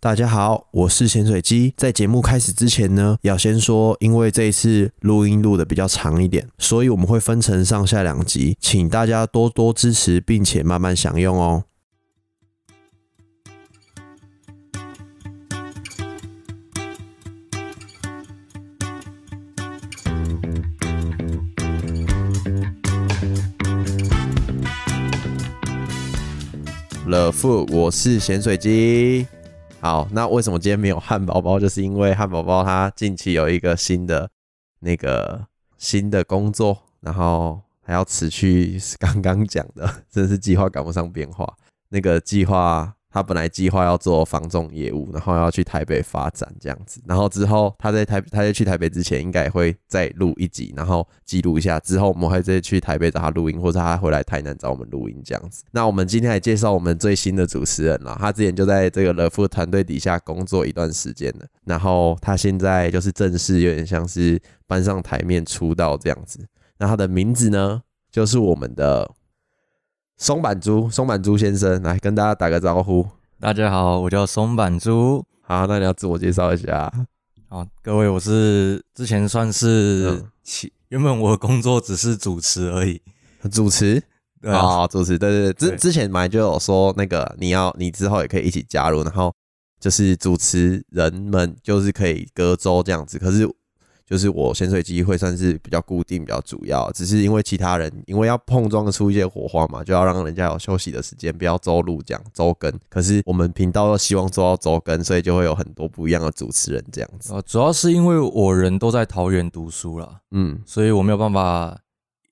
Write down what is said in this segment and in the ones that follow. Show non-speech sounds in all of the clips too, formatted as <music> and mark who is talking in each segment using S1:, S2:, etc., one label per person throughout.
S1: 大家好，我是潜水机。在节目开始之前呢，要先说，因为这一次录音录的比较长一点，所以我们会分成上下两集，请大家多多支持，并且慢慢享用哦。乐富，我是潜水机。好，那为什么今天没有汉堡包？就是因为汉堡包他近期有一个新的那个新的工作，然后还要辞去刚刚讲的，真是计划赶不上变化。那个计划他本来计划要做房仲业务，然后要去台北发展这样子，然后之后他在台他在去台北之前，应该也会再录一集，然后记录一下。之后我们会再去台北找他录音，或者他回来台南找我们录音这样子。那我们今天来介绍我们最新的主持人啦，他之前就在这个乐富团队底下工作一段时间了，然后他现在就是正式有点像是搬上台面出道这样子。那他的名字呢，就是我们的松板猪松板猪先生，来跟大家打个招呼。
S2: 大家好，我叫松板猪。
S1: 好，那你要自我介绍一下。
S2: 好，各位，我是之前算是
S1: 嗯
S2: 其、原本我的工作只是主持而已。
S1: 主持
S2: 对啊，
S1: 哦，主持，对对对，之
S2: 对
S1: 之前本来就有说那个你要你之后也可以一起加入，然后就是主持人们就是可以隔周这样子，可是就是我潜水机会算是比较固定、比较主要，只是因为其他人因为要碰撞的出一些火花嘛，就要让人家有休息的时间，不要周录这样周更。可是我们频道又希望做到周更，所以就会有很多不一样的主持人这样子。
S2: 呃主要是因为我人都在桃园读书啦，
S1: 嗯，
S2: 所以我没有办法。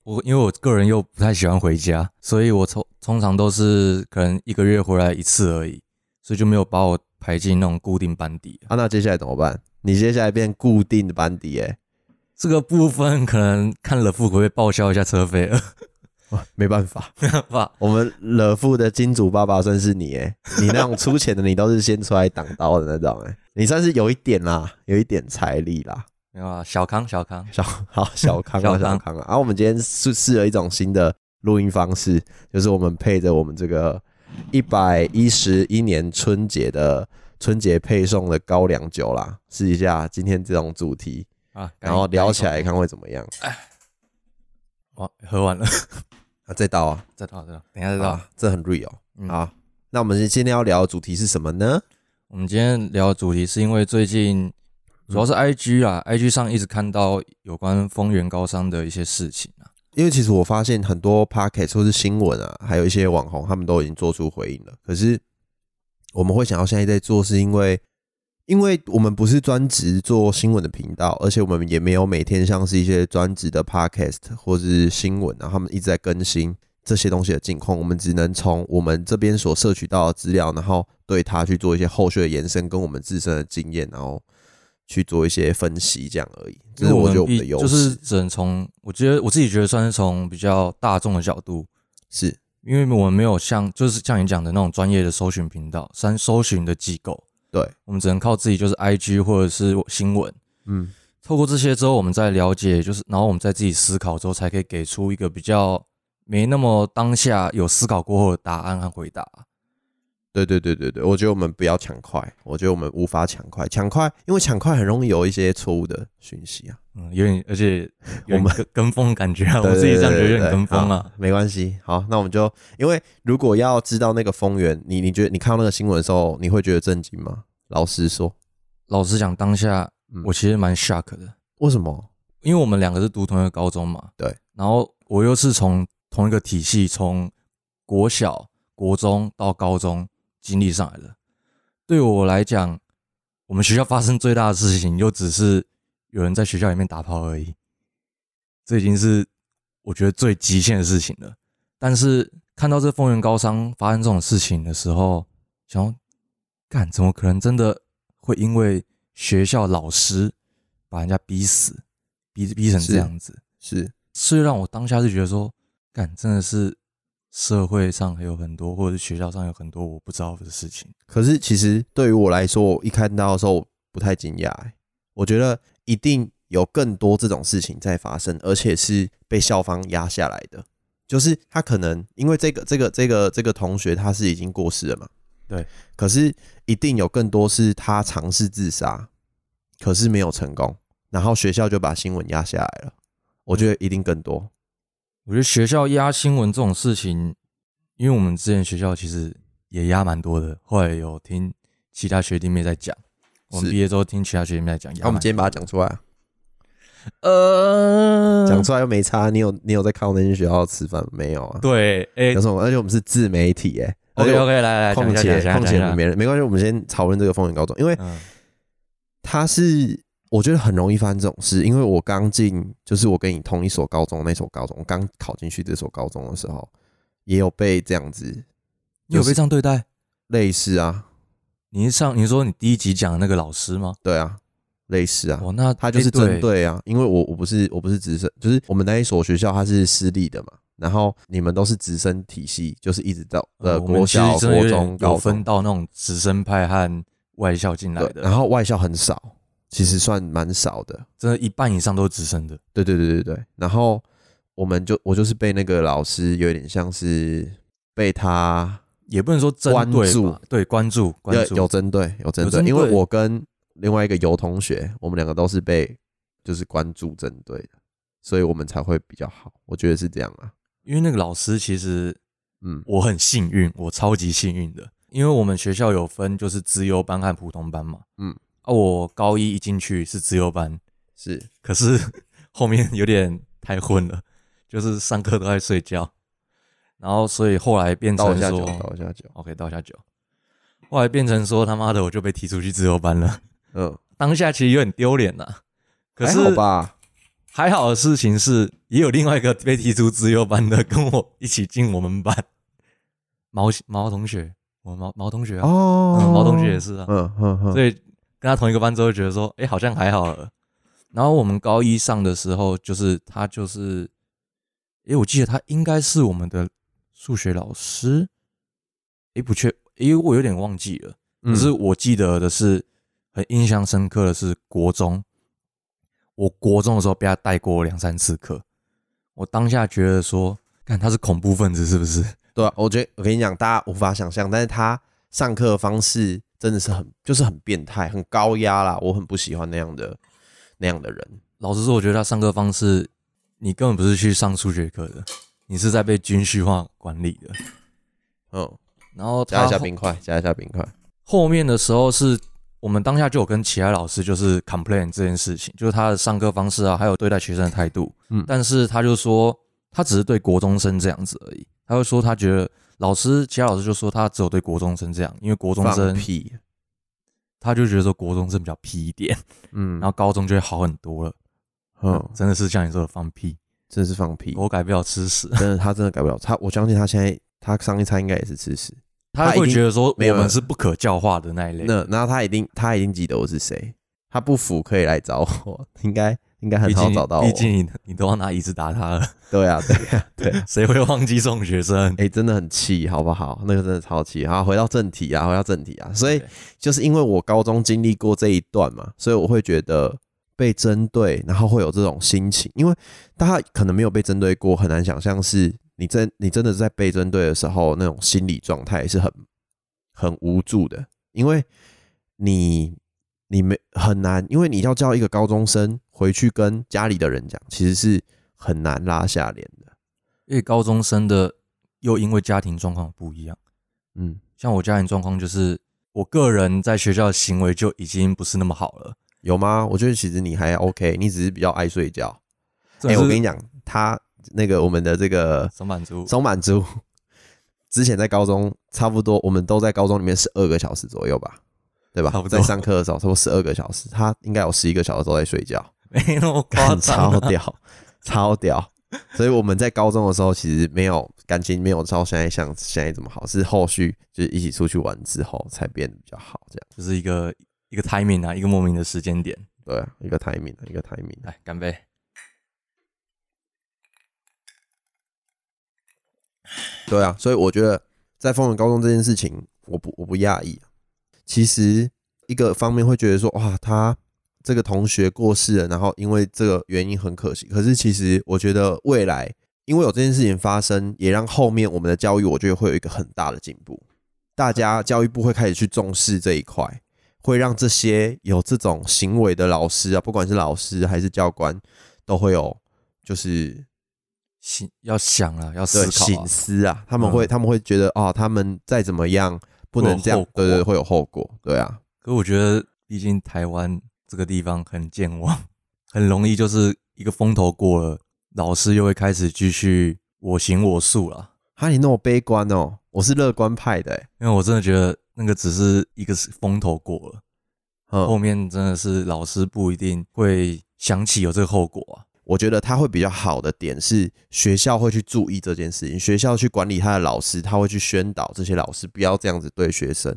S2: 我因为我个人又不太喜欢回家，所以我通通常都是可能一个月回来一次而已，所以就没有把我排进那种固定班底。
S1: 啊，那接下来怎么办？你接下来变固定的班底哎、
S2: 这个部分可能看了富可不可以报销一下车费 <laughs> 了，
S1: 哇没办法。
S2: 没办法。
S1: 我们乐富的金主爸爸算是你哎，你那种出钱的，你都是先出来挡刀的那种哎，你算是有一点啦，有一点财力啦。
S2: 没有啊，小康小康，
S1: 小好小康啊
S2: <laughs> 小康
S1: 小康啊，然后我们今天试试了一种新的录音方式，就是我们配着我们这个一百一十一年春节的春节配送的高粱酒啦，试一下今天这种主题，
S2: 啊，
S1: 然后聊起
S2: 来。
S1: 来看会怎么样。
S2: 哇，哦喝完了，
S1: 啊，再倒啊，
S2: 再倒再倒，等一下再倒。
S1: 啊，这很 real
S2: 嗯
S1: 好，那我们今天要聊的主题是什么呢？
S2: 我们今天聊的主题是因为最近
S1: 嗯
S2: 主要是 IG 啊、i g 上一直看到有关丰原高商的一些事情啊。
S1: 因为其实我发现很多 podcast 或是新闻啊，还有一些网红，他们都已经做出回应了。可是我们会想要现在在做，是因为因为我们不是专职做新闻的频道，而且我们也没有每天像是一些专职的 podcast 或是新闻啊，然后他们一直在更新这些东西的近况，我们只能从我们这边所摄取到的资料，然后对它去做一些后续的延伸，跟我们自身的经验，然后去做一些分析，这样而已。这是我觉得我们的
S2: 毕
S1: 优势，
S2: 就是只能从我觉得我自己觉得算是从比较大众的角度，
S1: 是
S2: 因为我们没有像就是像你讲的那种专业的搜寻频道、三搜寻的机构，
S1: 对，
S2: 我们只能靠自己，就是 IG 或者是新闻。
S1: 嗯。
S2: 透过这些之后，我们再了解，就是然后我们再自己思考之后，才可以给出一个比较没那么当下有思考过后的答案和回答。
S1: 对对对对对，我觉得我们不要抢快，我觉得我们无法抢快，抢快，因为抢快很容易有一些错误的讯息啊。
S2: 嗯，有点，
S1: <laughs>
S2: 而且有
S1: 我
S2: 点
S1: 们
S2: 跟跟风感觉啊，
S1: 对
S2: 我自己这样觉得有
S1: 对对
S2: 点跟风
S1: 好
S2: 啊。
S1: 没关系。好，那我们就因为如果要知道那个风源，你你觉得你看到那个新闻的时候，你会觉得震惊吗？老实说，
S2: 老实讲，当下
S1: 嗯
S2: 我其实蛮 shock 的，
S1: 为什么？
S2: 因为我们两个是读同一个高中嘛，
S1: 对，
S2: 然后我又是从同一个体系，从国小、国中到高中经历上来的。对我来讲，我们学校发生最大的事情，就只是有人在学校里面打炮而已，这已经是我觉得最极限的事情了。但是看到这丰原高商发生这种事情的时候，想要干怎么可能真的会因为学校老师把人家逼死，逼逼成
S1: 是
S2: 这样子？
S1: 是
S2: 所以让我当下是觉得说，干真的是社会上还有很多，或者是学校上有很多我不知道的事情。
S1: 可是其实对于我来说，我一看到的时候我不太惊讶、欸，我觉得一定有更多这种事情在发生，而且是被校方压下来的。就是他可能因为这个这个这个这个同学他是已经过世了嘛，
S2: 对，
S1: 可是一定有更多是他尝试自杀，可是没有成功，然后学校就把新闻压下来了。我觉得一定更多。
S2: 我觉得学校压新闻这种事情，因为我们之前学校其实也压蛮多的，后来有听其他学弟妹在讲，我
S1: 是
S2: 们毕业之后听其他学弟妹在讲，
S1: 那、
S2: 压
S1: 我们
S2: 蛮
S1: 今天把它讲出来啊，
S2: 呃
S1: 讲出来又没差。你有你有在靠那些学校吃饭吗没有啊？
S2: 对，哎、
S1: 有什么？而且我们是自媒体、欸，哎
S2: OK OK，来来讲
S1: 况
S2: 一下，
S1: 且
S2: 讲一下，
S1: 况且
S2: 讲
S1: 我们
S2: 一
S1: 没
S2: 下
S1: 人没关系，我们先讨论这个风云高中，因为 <laughs>
S2: 嗯
S1: 他是我觉得很容易发生这种事，因为我刚进，就是我跟你同一所高中那所高中，我刚考进去这所高中的时候，也有被这样子
S2: 你有被这样对待？
S1: 类似啊，
S2: 你是上你说你第一集讲的那个老师吗？
S1: 对啊，类似啊，
S2: 哦，那
S1: 他就是
S2: 哎
S1: 针对啊，因为我我不是我不是直升，就是我们那一所学校它是私立的嘛，然后你们都是直升体系，就是一直到呃
S2: 呃，我们
S1: 国
S2: 其
S1: 小、
S2: 实真的
S1: 国
S2: 有
S1: 中、
S2: 点
S1: 高
S2: 有
S1: 中
S2: 分到那种直升派和外校进来
S1: 对，
S2: 的，嗯
S1: 然后外校很少，其实算蛮少的，
S2: 真的，一半以上都是直升的。
S1: 对对对对对。然后我们就我就是被那个老师有点像是被他
S2: 也不能说针
S1: 关
S2: 对
S1: 注
S2: 吧，对关注关
S1: 有
S2: 注
S1: 有针对有针
S2: 有
S1: 对，
S2: 针
S1: 因为
S2: 对
S1: 我跟另外一个游同学，我们两个都是被就是关注针对的，所以我们才会比较好。我觉得是这样啊，
S2: 因为那个老师其实
S1: 嗯，
S2: 我很幸运，我超级幸运的，因为我们学校有分就是资优班和普通班嘛，
S1: 嗯，
S2: 啊，我高一一进去是资优班，
S1: 是
S2: 可是 <laughs> 后面有点太混了，就是上课都在睡觉，然后所以后来变
S1: 倒
S2: 成
S1: 一下酒，
S2: 说
S1: 倒一下酒，
S2: ，OK，倒一下酒，后来变成说他妈的我就被踢出去资优班了， <laughs>
S1: 嗯，
S2: 当下其实有点丢脸呐，可
S1: 还
S2: 是
S1: 好吧，
S2: 还好的事情是，也有另外一个被踢出自由班的跟我一起进我们班，毛毛同学，我们毛毛同学啊，
S1: 哦，
S2: 嗯毛同学也，是啊，
S1: 嗯嗯嗯，
S2: 所以跟他同一个班之后，觉得说，哎、好像还好了。然后我们高一上的时候，就是他就是，哎、我记得他应该是我们的数学老师，哎、不确，因、为我有点忘记了。
S1: 嗯
S2: 可是我记得的是，很印象深刻的是国中，我国中的时候被他带过两三次课，我当下觉得说，看他是恐怖分子是不是？
S1: 对啊，我觉得我跟你讲，大家无法想象，但是他上课的方式真的是很就是很变态，很高压啦，我很不喜欢那样的那样的人。
S2: 老实说，我觉得他上课方式，你根本不是去上数学课的，你是在被军事化管理的。
S1: 嗯，
S2: 然后他
S1: 加一下
S2: 后
S1: 冰块，加一下冰块。
S2: 后面的时候是我们当下就有跟其他老师就是 complain 这件事情，就是他的上课方式啊，还有对待学生的态度。
S1: 嗯
S2: 但是他就说他只是对国中生这样子而已，他就说他觉得老师其他老师就说他只有对国中生这样，因为国中
S1: 放
S2: 生
S1: 屁。
S2: 他就觉得说国中生比较皮一点，
S1: 嗯，
S2: 然后高中就会好很多了。
S1: 嗯，
S2: 真的是像你说的放屁，
S1: 真的是放屁，
S2: 我改不了吃屎。
S1: 真 <laughs> 的他真的改不了。他我相信他现在他上一餐应该也是吃屎。
S2: 他
S1: 已
S2: 会
S1: 经
S2: 觉得说
S1: 没有
S2: 我们是不可教化的那一类。
S1: 那然后他一定他一定记得我是谁，他不服可以来找我，应该应该很
S2: 毕
S1: 好
S2: 竟
S1: 找到我
S2: 毕。竟你你都要拿椅子打他了，
S1: 对啊对啊对啊，
S2: 谁会忘记这种学生？
S1: 哎、真的很气，好不好？那个真的超气。好，回到正题啊，回到正题啊。所以
S2: 对
S1: 就是因为我高中经历过这一段嘛，所以我会觉得被针对，然后会有这种心情。因为大家可能没有被针对过，很难想象是你真你真的在被针对的时候，那种心理状态是很很无助的，因为你你没很难，因为你要叫一个高中生回去跟家里的人讲，其实是很难拉下脸的。
S2: 因为高中生的又因为家庭状况不一样，
S1: 嗯，
S2: 像我家庭状况就是，我个人在学校的行为就已经不是那么好了。
S1: 有吗？我觉得其实你还 OK，你只是比较爱睡觉。哎、我跟你
S2: 讲，
S1: 讲，他那个我们的这个
S2: 手满足，
S1: 松满猪，之前在高中差不多，我们都在高中里面十二个小时左右吧，对吧
S2: 差？不多
S1: 在上课的时候，差不多十二个小时，他应该有十一个小时都在睡觉，
S2: 没那么夸
S1: 干 <laughs>
S2: 张
S1: 超
S2: 啊、
S1: 屌，超屌。所以我们在高中的时候，其实没有感情，没有照现在像现在这么好，是后续就是一起出去玩之后才变得比较好，这样
S2: 就是一个一个 timing 啊，一个莫名的时间点。
S1: 对、啊，一个 timing，一个 timing。啊
S2: 来，干杯！
S1: 对啊，所以我觉得在风云高中这件事情，我不我不讶异。啊其实一个方面会觉得说，哇，他这个同学过世了，然后因为这个原因很可惜。可是其实我觉得未来，因为有这件事情发生，也让后面我们的教育，我觉得会有一个很大的进步。大家教育部会开始去重视这一块，会让这些有这种行为的老师啊，不管是老师还是教官，都会有就是
S2: 想要想啊，要思
S1: 对
S2: 考、啊
S1: 醒，思啊，他们会、
S2: 嗯
S1: 他们会觉得哦，他们再怎么样不
S2: 会有
S1: 能这样
S2: 后，果
S1: 对对，会有后果，对啊，
S2: 可我觉得，毕竟台湾这个地方很健忘，很容易就是一个风头过了，老师又会开始继续我行我素啦。
S1: 哈，你那么悲观哦，我是乐观派的、欸，
S2: 因为我真的觉得那个只是一个风头过了，后
S1: 嗯，
S2: 面真的是老师不一定会想起有这个后果啊。
S1: 我觉得他会比较好的点是学校会去注意这件事情，学校去管理他的老师，他会去宣导这些老师不要这样子对学生，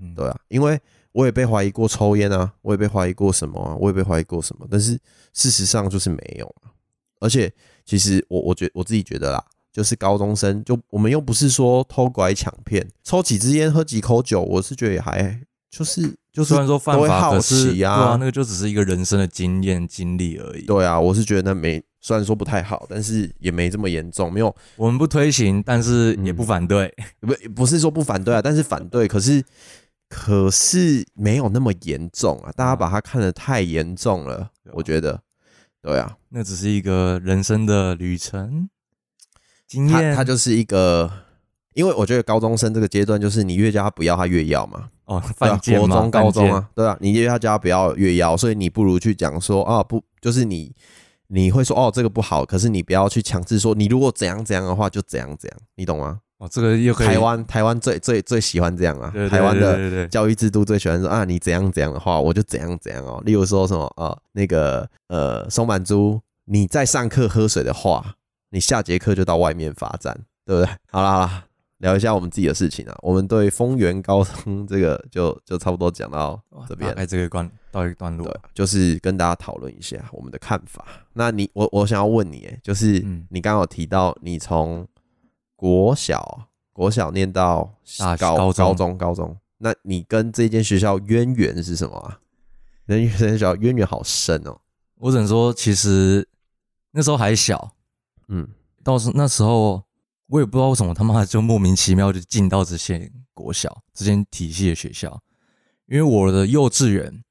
S2: 嗯，
S1: 对啊，因为我也被怀疑过抽烟啊，我也被怀疑过什么啊，我也被怀疑过什么，但是事实上就是没有啊。而且其实我我觉我自己觉得啦，就是高中生就我们又不是说偷拐抢骗，抽几支烟喝几口酒，我是觉得也还就是就是
S2: 虽然说犯
S1: 都会
S2: 法，
S1: 好
S2: 可是
S1: 奇
S2: 对
S1: 啊
S2: 啊，那个就只是一个人生的经验经历而已。
S1: 对啊，我是觉得那没虽然说不太好，但是也没这么严重，没有
S2: 我们不推行，但是也
S1: 嗯
S2: 不反对。 <laughs>
S1: 不不是说不反对啊，但是反对，可是可是没有那么严重啊，大家把它看得太严重了，
S2: 嗯对啊
S1: 我觉得，对啊，
S2: 那只是一个人生的旅程经
S1: 他
S2: 验。
S1: 他就是一个，因为我觉得高中生这个阶段就是你越叫他不要，他越要嘛，
S2: 哦，
S1: 对啊
S2: 犯贱
S1: 国
S2: 嘛，
S1: 中、高
S2: 犯
S1: 中
S2: 贱
S1: 啊，对啊，你越要叫他不要越要，所以你不如去讲说啊不，就是你你会说哦这个不好，可是你不要去强制说你如果怎样怎样的话就怎样怎样，你懂吗？
S2: 哦，这个又可以
S1: 台湾台湾最最最喜欢这样啊，
S2: 对对
S1: 台湾的
S2: 对对对对
S1: 教育制度最喜欢说啊，你怎样怎样的话，我就怎样怎样哦。例如说什么呃，那个呃，松满猪，你在上课喝水的话，你下节课就到外面罚站，对不对？好啦好啦，聊一下我们自己的事情啊。我们对丰原高中这个就就差不多讲到
S2: 哇
S1: 这
S2: 大
S1: 边，
S2: 概这个段到一个段
S1: 啊对
S2: 落，，
S1: 就是跟大家讨论一下我们的看法。那你我我想要问你，哎就是
S2: 嗯
S1: 你刚刚有提到你从国小国小念到
S2: 大
S1: 高
S2: 高中
S1: 高中高中，那你跟这间学校渊源是什么啊？ <laughs> 人这间学校渊源好深哦。
S2: 我只能说，其实那时候还小，
S1: 嗯，
S2: 到时那时候我也不知道为什么他妈就莫名其妙就进到这些国小这些体系的学校，因为我的幼稚园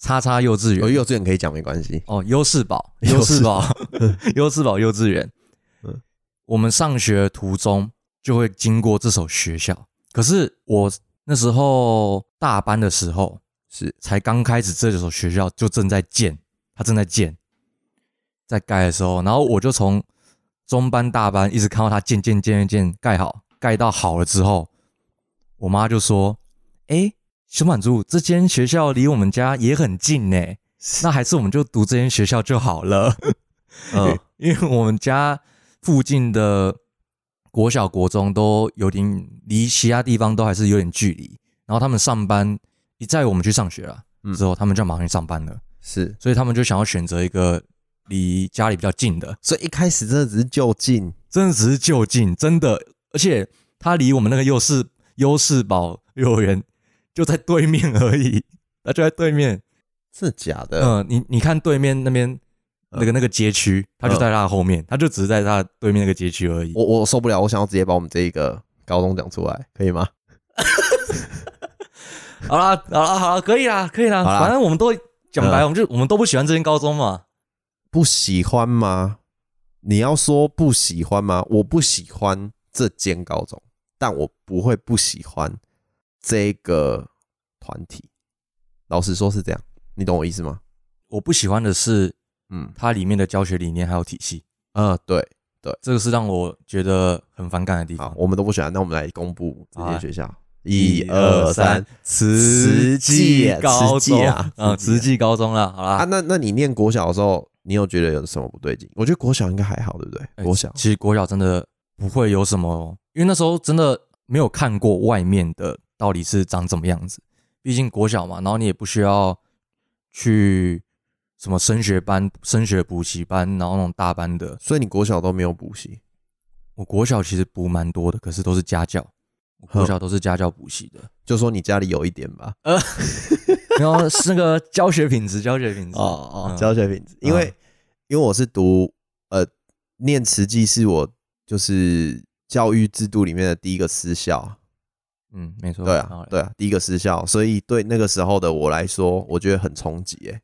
S2: 叉叉幼稚
S1: 有
S2: 园
S1: 幼稚园可以讲没关系。
S2: 哦优势宝
S1: 优
S2: 优
S1: 势
S2: 势宝嗯 <laughs> 优势宝幼稚园
S1: 嗯，
S2: 我们上学途中就会经过这所学校，可是我那时候大班的时候，
S1: 是
S2: 才刚开始这所学校就正在建，它正在建，在盖的时候，然后我就从中班、大班一直看到它建建建建建盖好，盖到好了之后，我妈就说：“哎，小满珠，这间学校离我们家也很近呢，那还是我们就读这间学校就好了。
S1: <laughs> 嗯
S2: <laughs> 因为我们家附近的国小、国中都有点离其他地方都还是有点距离，然后他们上班一载我们去上学了
S1: 嗯
S2: 之后，他们就马上去上班了，
S1: <laughs> 是，
S2: 所以他们就想要选择一个离家里比较近的，
S1: 所以一开始真的只是就近，
S2: 真的只是就近，真的，而且它离我们那个优势优势堡幼儿园就在对面而已，它就在对面。
S1: 真的假的？
S2: 嗯，你你看对面那
S1: 嗯
S2: 边那个那个街区，它就在它的后面，它就只是在它对面那个街区而已。
S1: 我我受不了，我想要直接把我们这一个高中讲出来，可以吗？
S2: 好啦，好啦，好啦，可以啦，可以啦，
S1: 好啦
S2: 反正我们都讲白，
S1: 嗯
S2: 我们就我们都不喜欢这间高中嘛。
S1: 不喜欢吗？你要说不喜欢吗？我不喜欢这间高中，但我不会不喜欢这个团体。老实说是这样，你懂我意思吗？
S2: 我不喜欢的是
S1: 嗯，
S2: 它里面的教学理念还有体系，
S1: 呃，对，
S2: 这个是让我觉得很反感的地
S1: 好
S2: 方，。
S1: 我们都不喜欢，那我们来公布这些学校。
S2: 一
S1: 啊一二三，
S2: 慈济高
S1: 慈济
S2: 中
S1: 啊
S2: 嗯，
S1: 慈济啊
S2: 慈济高中啦，好啦，
S1: 啊，那那你念国小的时候，你有觉得有什么不对劲？我觉得国小应该还好，对不
S2: 哎
S1: 对？国小，
S2: 其实国小真的不会有什么，因为那时候真的没有看过外面的到底是长怎么样子。毕竟国小嘛，然后你也不需要去什么升学班、升学补习班，然后那种大班的。
S1: 所以你国小都没有补习，
S2: 我国小其实补蛮多的，可是都是家教，我国小都是家教补习的。
S1: 就说你家里有一点吧。
S2: 然后是那个教学品质，教学品质
S1: 哦哦，
S2: 嗯
S1: 教学品质，因为、
S2: 嗯
S1: 因为我是读呃念慈济是我就是教育制度里面的第一个私校，
S2: 嗯，没错，
S1: 对
S2: 当
S1: 啊
S2: 然，
S1: 对啊，第一个失效，所以对那个时候的我来说，我觉得很冲击诶，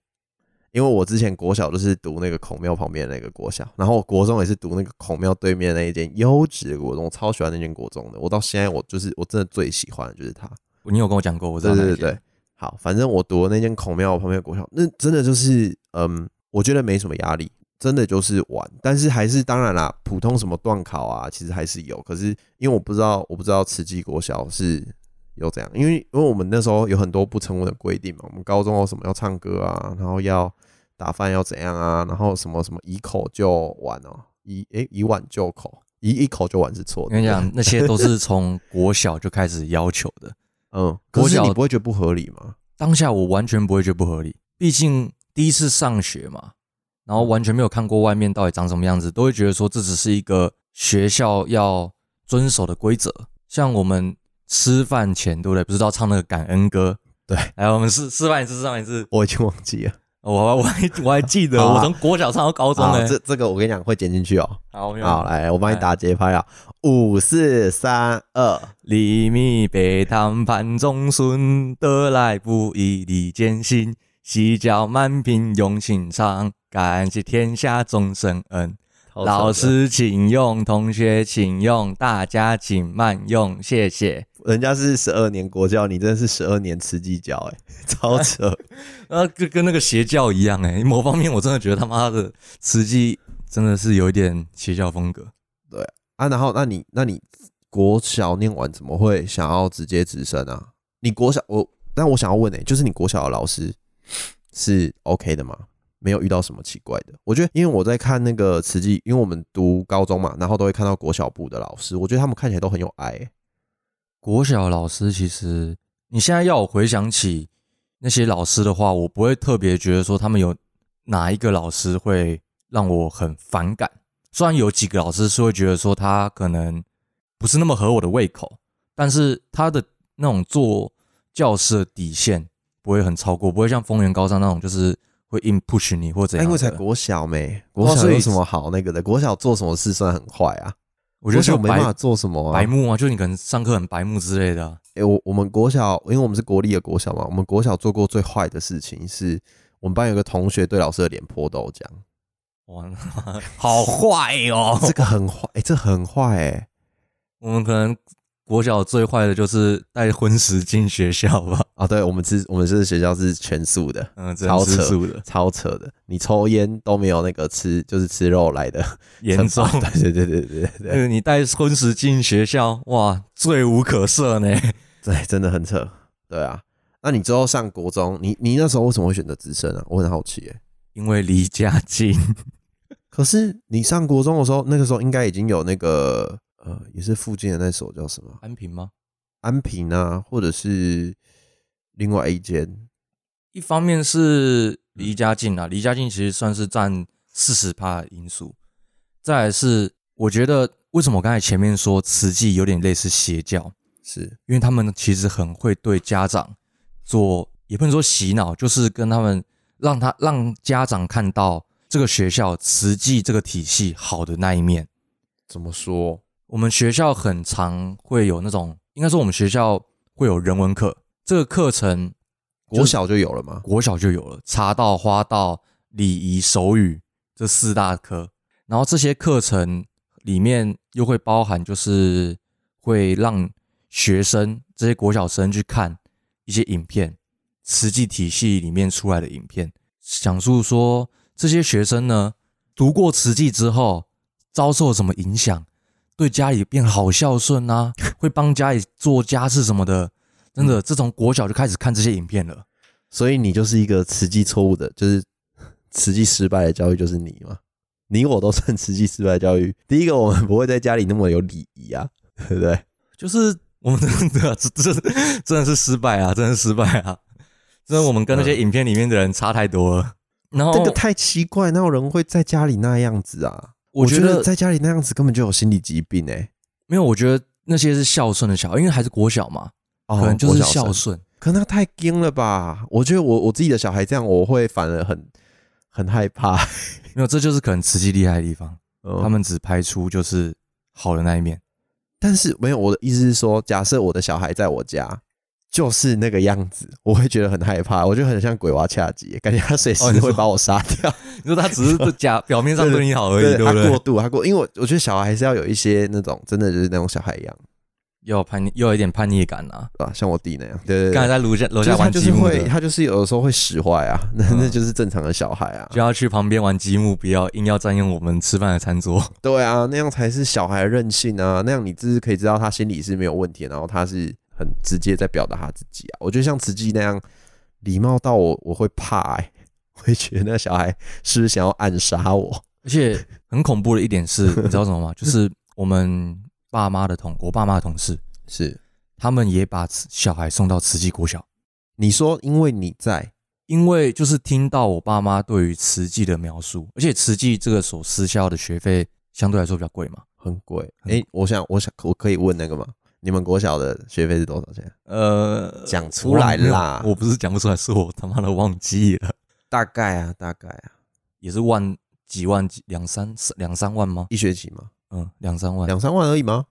S1: 因为我之前国小就是读那个孔庙旁边的那个国小，然后我国中也是读那个孔庙对面那一间优质的国中，我超喜欢那间国中的，我到现在我就是我真的最喜欢的就是它，
S2: 你有跟我讲过，我知道
S1: 对
S2: 哪一
S1: 对对
S2: 间
S1: 对，好，反正我读的那间孔庙旁边的国小，那真的就是嗯，我觉得没什么压力，真的就是玩，但是还是当然啦，普通什么段考啊，其实还是有，可是因为我不知道，我不知道慈济国小是有怎样，因为因为我们那时候有很多不成文的规定嘛，我们高中有什么要唱歌啊，然后要打饭要怎样啊，然后什么什么以口就碗哦、以诶、以碗就口，以一口就碗是错
S2: 我
S1: 的，
S2: 跟你讲，那些都是从国小就开始要求的。
S1: 嗯，
S2: 国
S1: 可是
S2: 小
S1: 你不会觉得不合理吗？
S2: 当下我完全不会觉得不合理，毕竟第一次上学嘛，然后完全没有看过外面到底长什么样子，都会觉得说这只是一个学校要遵守的规则。像我们吃饭前，对不对？不是都要唱那个感恩歌？
S1: 对，
S2: 来，我们试示范一次，示范一次。哦
S1: 我已经忘记了。
S2: 我我还我还记得，
S1: <laughs> 好啊
S2: 我从国小唱到高中
S1: 好，
S2: 哎、
S1: 这这个我跟你讲会剪进去哦。
S2: 好，没有
S1: 好，来，我帮你打节拍啊，五四三二，
S2: 李密北塘盘中孙，得来不易历艰辛。细嚼慢品用心尝，感谢天下众生恩。老，师请用，同学请用，大家请慢用，谢谢。
S1: 人家是十二年国教，你真的是十二年吃鸡教，哎， <laughs>
S2: <laughs>
S1: 超扯。
S2: 呃，跟跟那个邪教一样哎、某方面我真的觉得他妈的慈济真的是有一点邪教风格。
S1: 啊，然后那你那你国小念完怎么会想要直接直升啊？你国小我，但我想要问诶、欸就是你国小的老师是 OK 的吗？没有遇到什么奇怪的？我觉得，因为我在看那个慈济，因为我们读高中嘛，然后都会看到国小部的老师，我觉得他们看起来都很有爱、欸。
S2: 国小老师其实，你现在要我回想起那些老师的话，我不会特别觉得说他们有哪一个老师会让我很反感。虽然有几个老师是会觉得说他可能不是那么合我的胃口，但是他的那种做教师的底线不会很超过，不会像丰原高三那种就是会硬 push 你或怎
S1: 哎因
S2: 样的。哦
S1: 为才国小没，国小
S2: 所以
S1: 有什么好那个的？国小做什么事算很坏啊？
S2: 我觉
S1: 国
S2: 得就
S1: 小没办法
S2: 白
S1: 做什么啊。
S2: 白目啊，就你可能上课很白目之类的啊、
S1: 哎、我我们国小，因为我们是国立的国小嘛，我们国小做过最坏的事情是，我们班有个同学对老师的脸泼豆浆，
S2: 哇， <laughs> 好坏哦！
S1: 这个很坏，哎、这很坏哎、
S2: 我们可能国小最坏的就是带荤食进学校吧， <laughs>
S1: 啊，对，我们是，我们是学校是全素的，
S2: 嗯，这
S1: 超
S2: 很吃
S1: 扯
S2: 素的，
S1: 超扯的，你抽烟都没有那个吃，就是吃肉来的
S2: 严重嗯
S1: 惩。罚
S2: <laughs>
S1: 对对对对对对
S2: 那个你带荤食进学校，哇，罪无可赦呢。
S1: <laughs>
S2: <laughs>
S1: 对，真的很扯，对啊。那你之后上国中，你你那时候为什么会选择直升啊？我很好奇、欸，
S2: 因为离家近， <laughs>
S1: 可是你上国中的时候，那个时候应该已经有那个呃，也是附近的那所叫什么
S2: 安平吗？
S1: 安平啊，或者是另外一间，
S2: 一方面
S1: 嗯
S2: 是离家近啊，离家近其实算是占四十趴因素。再来是，我觉得为什么我刚才前面说慈济有点类似邪教，
S1: 是
S2: 因为他们其实很会对家长做，也不能说洗脑，就是跟他们让他让家长看到这个学校慈济这个体系好的那一面。
S1: 怎么说？
S2: 我们学校很常会有那种，应该说我们学校会有人文课，这个课程
S1: 国小就有了吗？
S2: 国小就有了，茶道、花道、礼仪、手语这四大科。然后这些课程里面又会包含，就是会让学生这些国小生去看一些影片，慈济体系里面出来的影片，讲述说这些学生呢读过慈济之后遭受了什么影响，对家里变好孝顺啊，会帮家里做家事什么的。真的，自从国小就开始看这些影片了。
S1: 所以你就是一个慈济错误的，就是 <laughs> 慈济失败的教育就是你嘛，你我都算慈济失败的教育。第一个，我们不会在家里那么有礼仪啊， <laughs> 对不对？
S2: 就是我们真的这这真的是失败啊，真的是失败啊！真的，我们跟那些影片里面的人差太多了。然后
S1: 这个太奇怪，哪有人会在家里那样子啊？
S2: 我觉
S1: 觉
S2: 得
S1: 在家里那样子根本就有心理疾病哎、
S2: 没有，我觉得那些是孝顺的小孩，因为还是国小嘛，
S1: 哦
S2: 可能就是
S1: 国小
S2: 孝
S1: 生
S2: 顺。
S1: 可那太惊了吧？我觉得我我自己的小孩这样，我会反而很很害怕。 <laughs>
S2: 没有，这就是可能慈禧厉害的地方，
S1: 嗯
S2: 他们只拍出就是好的那一面，
S1: 但是没有，我的意思是说，假设我的小孩在我家就是那个样子，我会觉得很害怕，我就很像鬼娃恰吉，感觉他随时
S2: 哦你说
S1: 会把我杀掉。
S2: 你说他只是 <laughs> 假表面上对你好而已，
S1: 对
S2: 对
S1: 他
S2: 不
S1: 过
S2: 对？
S1: 度，他过，因为我我觉得小孩还是要有一些那种真的就是那种小孩一样，
S2: 又有叛逆，又有一点叛逆感啊。
S1: 对吧？像我弟那样，对对
S2: 刚才
S1: 对。
S2: 在楼下楼
S1: 就是
S2: 下
S1: 他
S2: 玩
S1: 就
S2: 积
S1: 是
S2: 木
S1: 会，
S2: 的，
S1: 他就是有的时候会使坏啊，那、
S2: 嗯
S1: 那就是正常的小孩啊
S2: 就，要去旁边玩积木，不要硬要占用我们吃饭的餐桌。
S1: 对啊，那样才是小孩的任性啊，那样你就是可以知道他心里是没有问题，然后他是很直接在表达他自己啊。我觉得像慈济那样礼貌到我我会怕、欸， <laughs> 我会觉得那小孩是不是想要暗杀我？
S2: 而且很恐怖的一点
S1: <laughs>
S2: 是，你知道什么吗？就是我们爸妈的同，我爸妈的同事，
S1: 是，
S2: 他们也把小孩送到慈济国小，
S1: 你说因为你在，
S2: 因为就是听到我爸妈对于慈济的描述，而且慈济这个所私校的学费相对来说比较贵嘛，
S1: 很贵。
S2: 很
S1: 哎、我想，我想，我可以问那个吗？你们国小的学费是多少钱？
S2: 呃，
S1: 讲出来啦
S2: 我忘没有我不是讲不出来，是我他妈的忘记了，
S1: 大概啊，大概啊，
S2: 也是万几万几两三两三万吗？
S1: 一学期吗？
S2: 嗯，两三万。
S1: 两三万而已吗？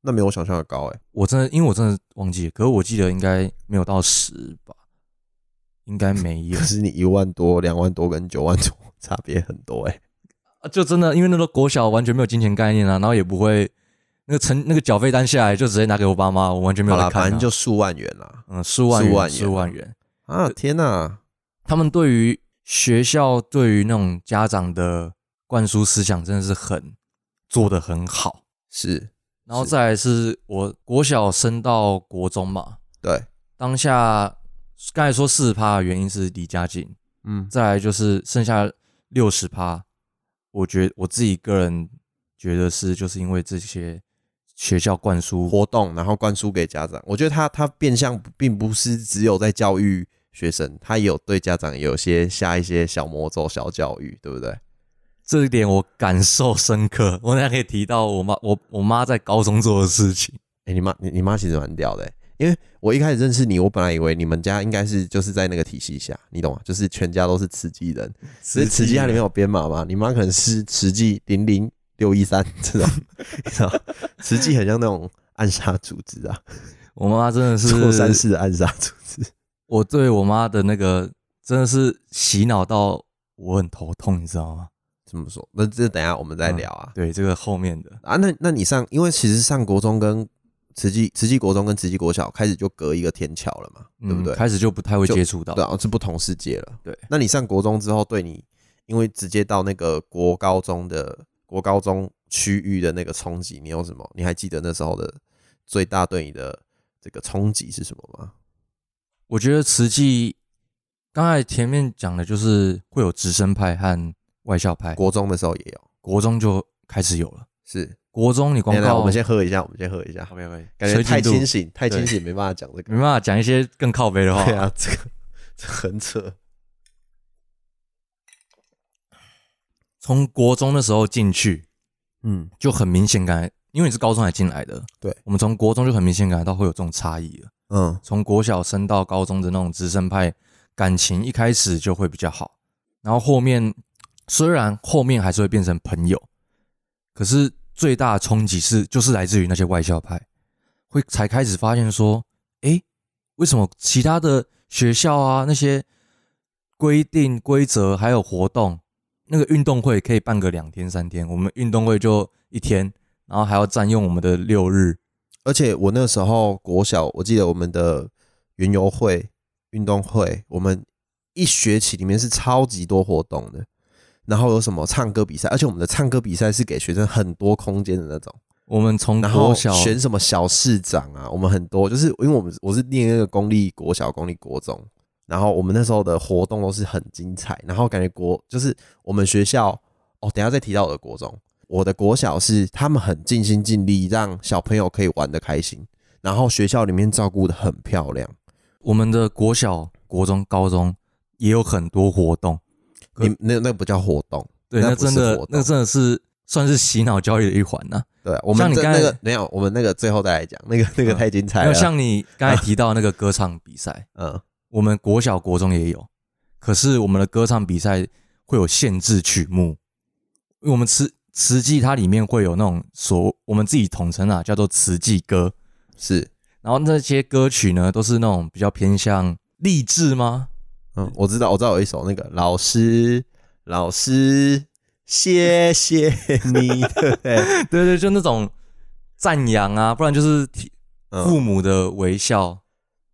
S1: 那没有我想象的高哎、
S2: 我真的，因为我真的忘记了，可是我记得应该没有到十吧，应该没有
S1: 可。 <laughs> 是你一万多、两万多跟九万多差别很多哎、
S2: 啊就真的，因为那时候国小完全没有金钱概念啊，然后也不会那个成那个缴费单下来就直接拿给我爸妈，我完全没有
S1: 好啦，
S2: 来看、啊。
S1: 反正就数万元啦。
S2: 嗯，十万元，
S1: 十
S2: 十
S1: 万
S2: 万元。
S1: 啊，
S2: 呃
S1: 天哪、
S2: 他们对于学校对于那种家长的灌输思想真的是很做得很好。
S1: 是
S2: 然后
S1: 是
S2: 再来是我国小升到国中嘛，
S1: 对，
S2: 当下刚才说四十趴的原因是离家近，
S1: 嗯，
S2: 再来就是剩下六十趴，我觉我自己个人觉得是就是因为这些学校灌输，
S1: 活动然后灌输给家长，我觉得他他变相并不是只有在教育学生，他也有对家长有些下一些小魔咒、小教育，对不对？
S2: 这一点我感受深刻。我等一下可以提到我妈我我妈在高中做的
S1: <laughs>
S2: 事情。
S1: 哎、你妈你你妈其实蛮屌的、欸，因为我一开始认识你，我本来以为你们家应该是就是在那个体系下，你懂吗？就是全家都是慈济人，只是慈济它里面有编码嘛，你妈可能是慈济零零六一三这种， <laughs> 你知道，慈济很像那种暗杀组织啊，
S2: 我妈妈真
S1: <laughs>
S2: 的
S1: 做三
S2: 是，
S1: 事的暗杀组织，
S2: 我对我妈的那个真的是洗脑到我很头痛，你知道吗？
S1: 这么说，那这等一下我们再聊啊。
S2: 对，这个后面的
S1: 啊，那那你上，因为其实上国中跟慈济慈济国中跟慈济国小开始就隔一个天桥了嘛，对不
S2: 嗯
S1: 对？
S2: 开始就不太会
S1: 就
S2: 接触到
S1: 对，啊，是不同世界了。
S2: 对，
S1: 那你上国中之后，对你因为直接到那个国高中的国高中区域的那个冲击，你有什么？你还记得那时候的最大对你的这个冲击是什么吗？
S2: 我觉得慈济刚才前面讲的就是会有直升派和外校派，国
S1: 国中的时候也有，
S2: 国中就开始有了。
S1: 是。
S2: 国中你光
S1: 来来，
S2: 靠
S1: 我们先喝一下，我们先喝一下，
S2: OK OK，
S1: 感觉太清
S2: 清
S1: 醒，太清
S2: 对
S1: 醒，没办法讲这个
S2: 没。办法讲一些更靠北的话。
S1: 对啊， <laughs> 这个这很扯。
S2: 从国中的时候进去
S1: 嗯，
S2: 就很明显感，因为你是高中才进来的，
S1: 对
S2: 我们从国中就很明显感觉到会有这种差异了。
S1: 嗯，
S2: 从国小升到高中的那种直升派感情，一开始就会比较好，然后后面呃虽然后面还是会变成朋友，可是最大的冲击是就是来自于那些外校派，会才开始发现说，诶，为什么其他的学校啊那些规定规则还有活动，那个运动会可以办个两天三天，我们运动会就一天，然后还要占用我们的六日，
S1: 而且我那时候国小，我记得我们的园游会、运动会，我们一学期里面是超级多活动的。然后有什么唱歌比赛，而且我们的唱歌比赛是给学生很多空间的那种。
S2: 我们从
S1: 然后
S2: 国小
S1: 选什么小市长啊，我们很多就是因为我们我是念那个公立国小、公立国中，然后我们那时候的活动都是很精彩，然后感觉国就是我们学校哦，等一下再提到我的国中，我的国小是他们很尽心尽力让小朋友可以玩的开心，然后学校里面照顾的很漂亮。
S2: 我们的国小、国中、高中也有很多活动，可
S1: 你那那不叫活动，
S2: 对，
S1: 那
S2: 那
S1: 不是
S2: 真
S1: 活动
S2: 的，那真的是算是洗脑教育的一环
S1: <laughs>
S2: 啊呐、
S1: 对我们
S2: 像你
S1: 这
S2: 刚
S1: 那
S2: 才
S1: 个没有，我们那个最后再来讲，那个那个
S2: 嗯
S1: 太精彩
S2: 还有
S1: 了。
S2: 像你刚才提到那个歌唱比赛，
S1: 嗯，
S2: 我们国小、国中也有，可是我们的歌唱比赛会有限制曲目，因为我们吃慈济它里面会有那种所我们自己统称啊，叫做慈济歌。
S1: 是，
S2: 然后那些歌曲呢，都是那种比较偏向励志吗？
S1: 嗯，我知道，我知道有一首那个老师，老师，谢谢你，对不
S2: <laughs>
S1: 对？哎
S2: 对对，就那种赞扬啊，不然就是提
S1: 嗯
S2: 父母的微笑、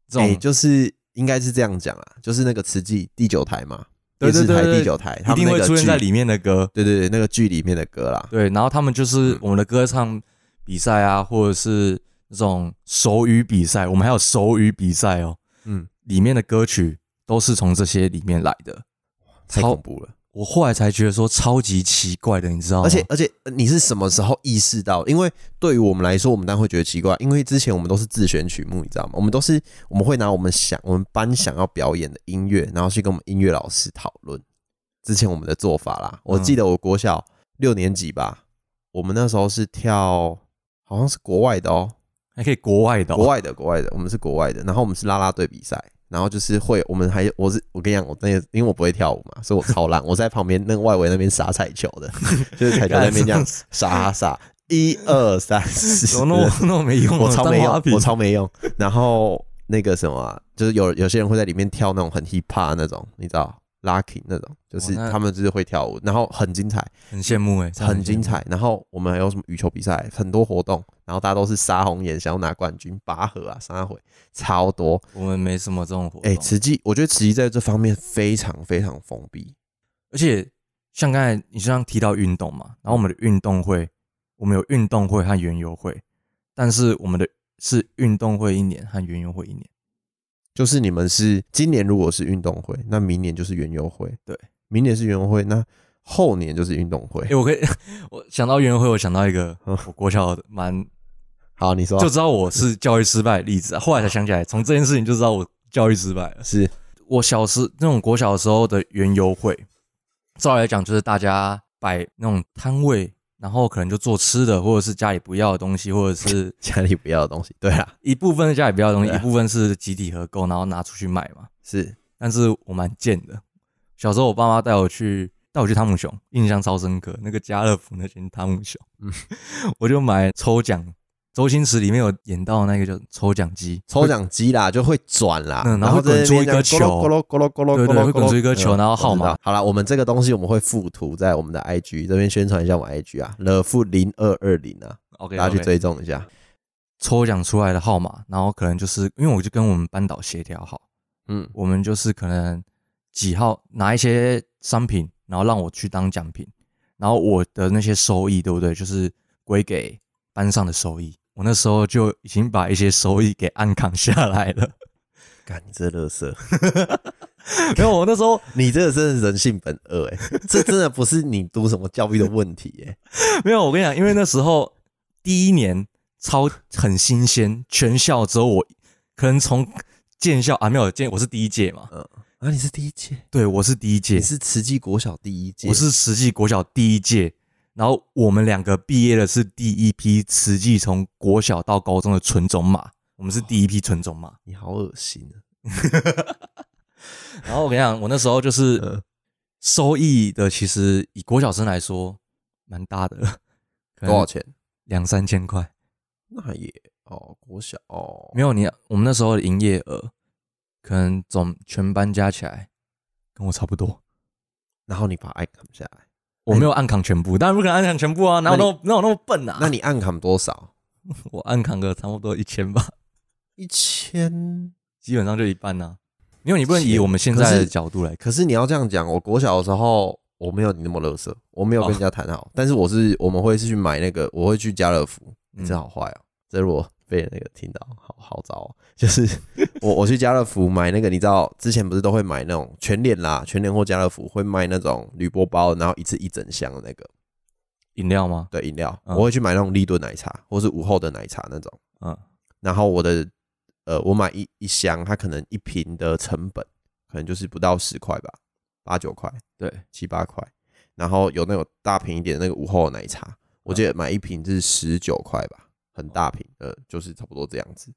S2: 这种
S1: 欸，就是应该是这样讲啊，就是那个慈济第九台嘛，
S2: 对对
S1: 电
S2: 对
S1: 视台
S2: 对
S1: 第九台，他们
S2: 一定
S1: 那
S2: 会
S1: 个
S2: 出现在
S1: 剧，
S2: 里面的歌。
S1: 对对对，那个剧里面的歌啦，
S2: 对，然后他们
S1: 嗯
S2: 就是我们的歌唱比赛啊，或者是那种手语比赛，我们还有手语比赛哦，
S1: 嗯，
S2: 里面的歌曲都是从这些里面来的。
S1: 太
S2: 超
S1: 恐怖了。
S2: 我后来才觉得说超级奇怪的，你知道吗？
S1: 而且而且，呃你是什么时候意识到？因为对于我们来说，我们当然会觉得奇怪，因为之前我们都是自选曲目，你知道吗？我们都是我们会拿我们想我们班想要表演的音乐，然后去跟我们音乐老师讨论之前我们的做法啦。我记得我国小六年级吧，我们那时候是跳好像是国外的哦、
S2: 还可以国外的、哦，
S1: 国外的，国外的，我们是国外的，然后我们是啦啦队比赛，然后就是会，我们还我是我跟你讲，我那个因为我不会跳舞嘛，所以我超
S2: <laughs>
S1: 烂，我在旁边那个外围那边撒彩球的， <laughs> 就是彩球在那边这样撒啊撒，一二三四，
S2: 怎么那么 <laughs> 那么没用啊，
S1: 我超没
S2: 当花
S1: 用，
S2: 瓶
S1: 我超没用。然后那个什么啊、就是有有些人会在里面跳那种很 hip hop 那种，你知道 locking 那种，就是
S2: 哇那
S1: 他们就是会跳舞，然后很精彩。
S2: 很羡慕哎、
S1: 很精
S2: 彩。
S1: 彩。然后我们还有什么羽球比赛，很多活动，然后大家都是杀红眼，想要拿冠军，拔河啊，杀回超多。
S2: 我们没什么这种活动。
S1: 哎、慈济，我觉得慈济在这方面非常非常封闭。
S2: 而且像刚才你像提到运动嘛，然后我们的运动会，我们有运动会和园游会，但是我们的是运动会一年和园游会一年。
S1: 就是你们是今年如果是运动会，那明年就是园游会，
S2: 对，
S1: 明年是园游会，那后年就是运动会
S2: 哎、。我可以， <laughs> 我想到园游会，我想到一个
S1: 嗯
S2: 我国小的蛮
S1: 好，你说
S2: 就知道我是教育失败的例子啊。后来才想起来，从这件事情就知道我教育失败了。
S1: 是
S2: 我小时那种国小的时候的园游会，照理来讲就是大家摆那种摊位，然后可能就做吃的，或者是家里不要的东西，或者是
S1: 家里不要的东西，对啊，
S2: 一部分是家里不要的东西，
S1: 对
S2: 一
S1: 啊
S2: 部分是集体合购，然后拿出去卖嘛。
S1: 是
S2: 但是我蛮贱的，小时候我爸妈带我去带我去汤姆熊，印象超深刻。那个家乐福那间汤姆熊， <laughs> 我就买抽奖，周星驰里面有演到那个叫抽奖机，
S1: 抽奖机啦，就会转啦，
S2: 嗯然后
S1: 后在那边
S2: 滚出一个
S1: 这样咕噜咕噜咕噜咕噜咕噜咕噜，
S2: 对对会滚出一个球
S1: 嗯
S2: 然后号码。
S1: 我知道好了，我们这个东西我们会附图在我们的 IG 这边宣传一下我们 IG 啊，乐富零二二零啊，
S2: OK，
S1: 大家去
S2: OK
S1: 追踪一下。
S2: 抽奖出来的号码，然后可能就是因为我就跟我们班导协调好，
S1: 嗯，
S2: 我们就是可能几号拿一些商品，然后让我去当奖品，然后我的那些收益，对不对？就是归给班上的收益。我那时候就已经把一些收益给暗扛下来了。 <laughs>
S1: 干你这乐色，
S2: 没有，我那时候
S1: 你这个真是人性本恶哎、 <laughs> 这真的不是你读什么教育的问题哎、
S2: 没有，我跟你讲，因为那时候第一年超很新鲜，全校只有我，可能从建校啊没有建，我是第一届嘛，
S1: 啊，你是第一届，
S2: 对我是第一届
S1: 你，是慈济国小第一届，
S2: 我是慈济国小第一届，然后我们两个毕业的是第一批慈济从国小到高中的纯种马，我们是第一批纯种马。
S1: 你好恶心啊，
S2: 然后我跟你讲，我那时候就是
S1: <laughs> 嗯
S2: 收益的，其实以国小生来说蛮大的， <laughs> 可能
S1: 多少钱？
S2: 两三千块。
S1: 那也哦，国小哦，
S2: 没有你，我们那时候的营业额可能总全班加起来跟我差不多。
S1: 然后你把爱扛下来，
S2: 我没有暗扛全部，当然不可能暗扛全部啊！哪有那么哪有那么笨啊？
S1: 那你暗扛多少？
S2: 我暗扛个差不多一千吧。
S1: 一千
S2: 基本上就一半呐、因为你不能以我们现在的角度来看，
S1: 可是你要这样讲，我国小的时候我没有你那么乐色，我没有跟人家谈好，但是我是我们会是去买那个，我会去家乐福，
S2: 嗯
S1: 你这好坏哦、这如果被那个听到，好好糟哦、 <laughs> 就是我我去家乐福买那个，你知道之前不是都会买那种全脸啦，全脸或家乐福会卖那种铝箔包，然后一次一整箱的那个
S2: 饮料吗？
S1: 对饮料，
S2: 嗯
S1: 我会去买那种立顿奶茶或是午后的奶茶那种。
S2: 嗯，
S1: 然后我的呃，我买一一箱，它可能一瓶的成本可能就是不到十块吧，八九块，
S2: 对，
S1: 七八块。然后有那种大瓶一点的那个午后的奶茶，我记得买一瓶是十九块吧，很大瓶，呃，就是差不多这样子。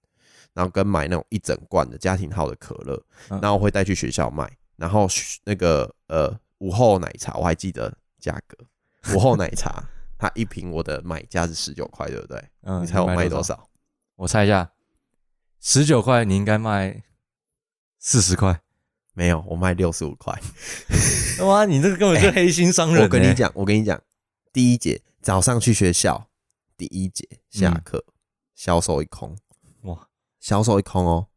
S1: 然后跟买那种一整罐的家庭号的可乐，
S2: 嗯
S1: 然后我会带去学校卖。然后 <laughs> 学那个呃午后奶茶我还记得价格，午后奶茶他一瓶我的买价是十九块，对不对？
S2: 嗯，
S1: 你猜我卖多
S2: 多？
S1: 少？
S2: 我猜一下，十九块你应该卖四十块。
S1: 没有，我卖六十五块。
S2: 哇，你这个根本就黑心商人、
S1: 我跟你，讲，我跟你讲，第一节早上去学校，第一节下课，销、售一空，
S2: 哇，
S1: 销售一空哦。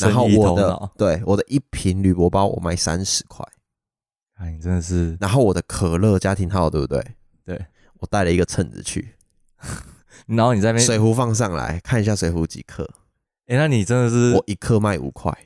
S1: 然后
S2: 生意
S1: 我
S2: 头
S1: 的
S2: 脑
S1: 对我的一瓶铝箔包我卖三十块，
S2: 哎，你真的是
S1: 然后我的可乐家庭号对不对？
S2: 对，
S1: 我带了一个秤子去，
S2: 然后你在那边，
S1: 水壶放上来看一下水壶几克，
S2: 哎、那你真的是
S1: 我一克卖五块，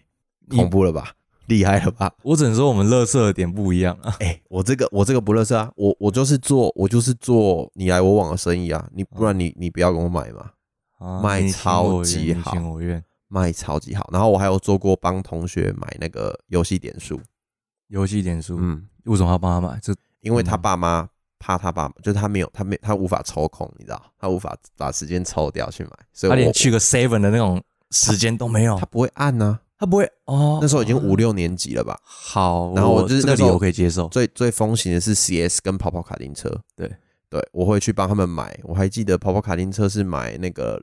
S2: 你
S1: 恐怖了吧？厉害了
S2: <laughs>
S1: 吧？
S2: 我只能说我们乐色的点不一样啊。
S1: 哎、我这个我这个不乐色啊，我我就是做我就是做你来我往的生意啊，
S2: 哦
S1: 你不然你你不要跟我买嘛，
S2: 啊
S1: 卖
S2: 你情我
S1: 超
S2: 愿
S1: 级好
S2: 你情我愿。
S1: 卖超级好。然后我还有做过帮同学买那个游戏点数，
S2: 游戏点数，
S1: 嗯，
S2: 为什么要帮他买？这
S1: 因为
S2: 嗯
S1: 他爸妈怕他爸妈，就是他没有他没他无法抽空，你知道，他无法把时间抽掉去买，所以
S2: 他
S1: 我
S2: 连去个 seven 的那种时间都没有
S1: 他，不会按呢、
S2: 他不会哦。
S1: 那时候已经五六年级了吧。
S2: 好，
S1: 然后我就是
S2: 这个
S1: 那时
S2: 理
S1: 候
S2: 由可以接受。
S1: 最最风行的是 CS 跟跑跑卡丁车，
S2: 对
S1: 对，我会去帮他们买。我还记得跑跑卡丁车是买那个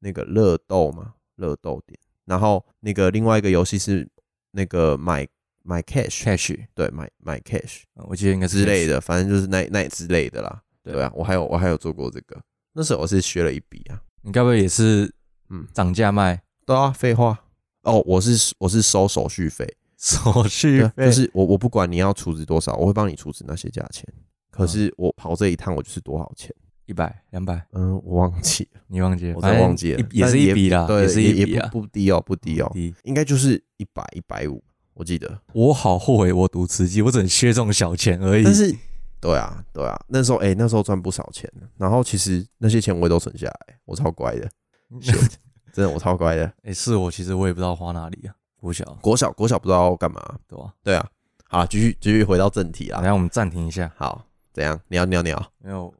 S1: 那个乐豆嘛，乐豆点，然后那个另外一个游戏是那个买买 cash，
S2: cash，
S1: 对，买买 cash
S2: 嗯我记得应该是
S1: 之类
S2: 的。
S1: 的，反正就是那那之类的啦。
S2: 对
S1: 对啊，我还有我还有做过这个，那时候我是学了一笔啊。
S2: 你该不会也是
S1: 嗯
S2: 涨价
S1: <laughs>
S2: 卖
S1: 对啊，废话。哦，我是我是收手续费，
S2: 手续
S1: 对啊，
S2: 费？
S1: 就是我我不管你要储值多少，我会帮你储值那些价钱。可
S2: 嗯
S1: 是我跑这一趟，我就是多少钱？
S2: 一百、两百，
S1: 嗯，我忘记
S2: <laughs>
S1: 了，
S2: 你忘记了？
S1: 我
S2: 反
S1: 真
S2: 正
S1: 忘记了
S2: 一，也
S1: 但
S2: 是一笔啦，
S1: 对，
S2: 也是一
S1: 也
S2: 笔啊。嗯
S1: 不不低哦，不低哦，
S2: 低
S1: 应该就是一百一百五，我记得。
S2: 我好后悔我读慈济，我只能削这种小钱而已。
S1: 但是，对啊，对啊，那时候哎、那时候赚不少钱，然后其实那些钱我也都存下来，我超乖的，Shit 真的我超乖的。
S2: <laughs> 哎，是我其实我也不知道花哪里啊，国小
S1: 国小国小不知道要干嘛，
S2: 对吧？
S1: 对啊，好，继续继续回到正题
S2: 等
S1: 啦
S2: 一。下我们暂停一下。
S1: 好，怎样？你要尿尿？
S2: 没有，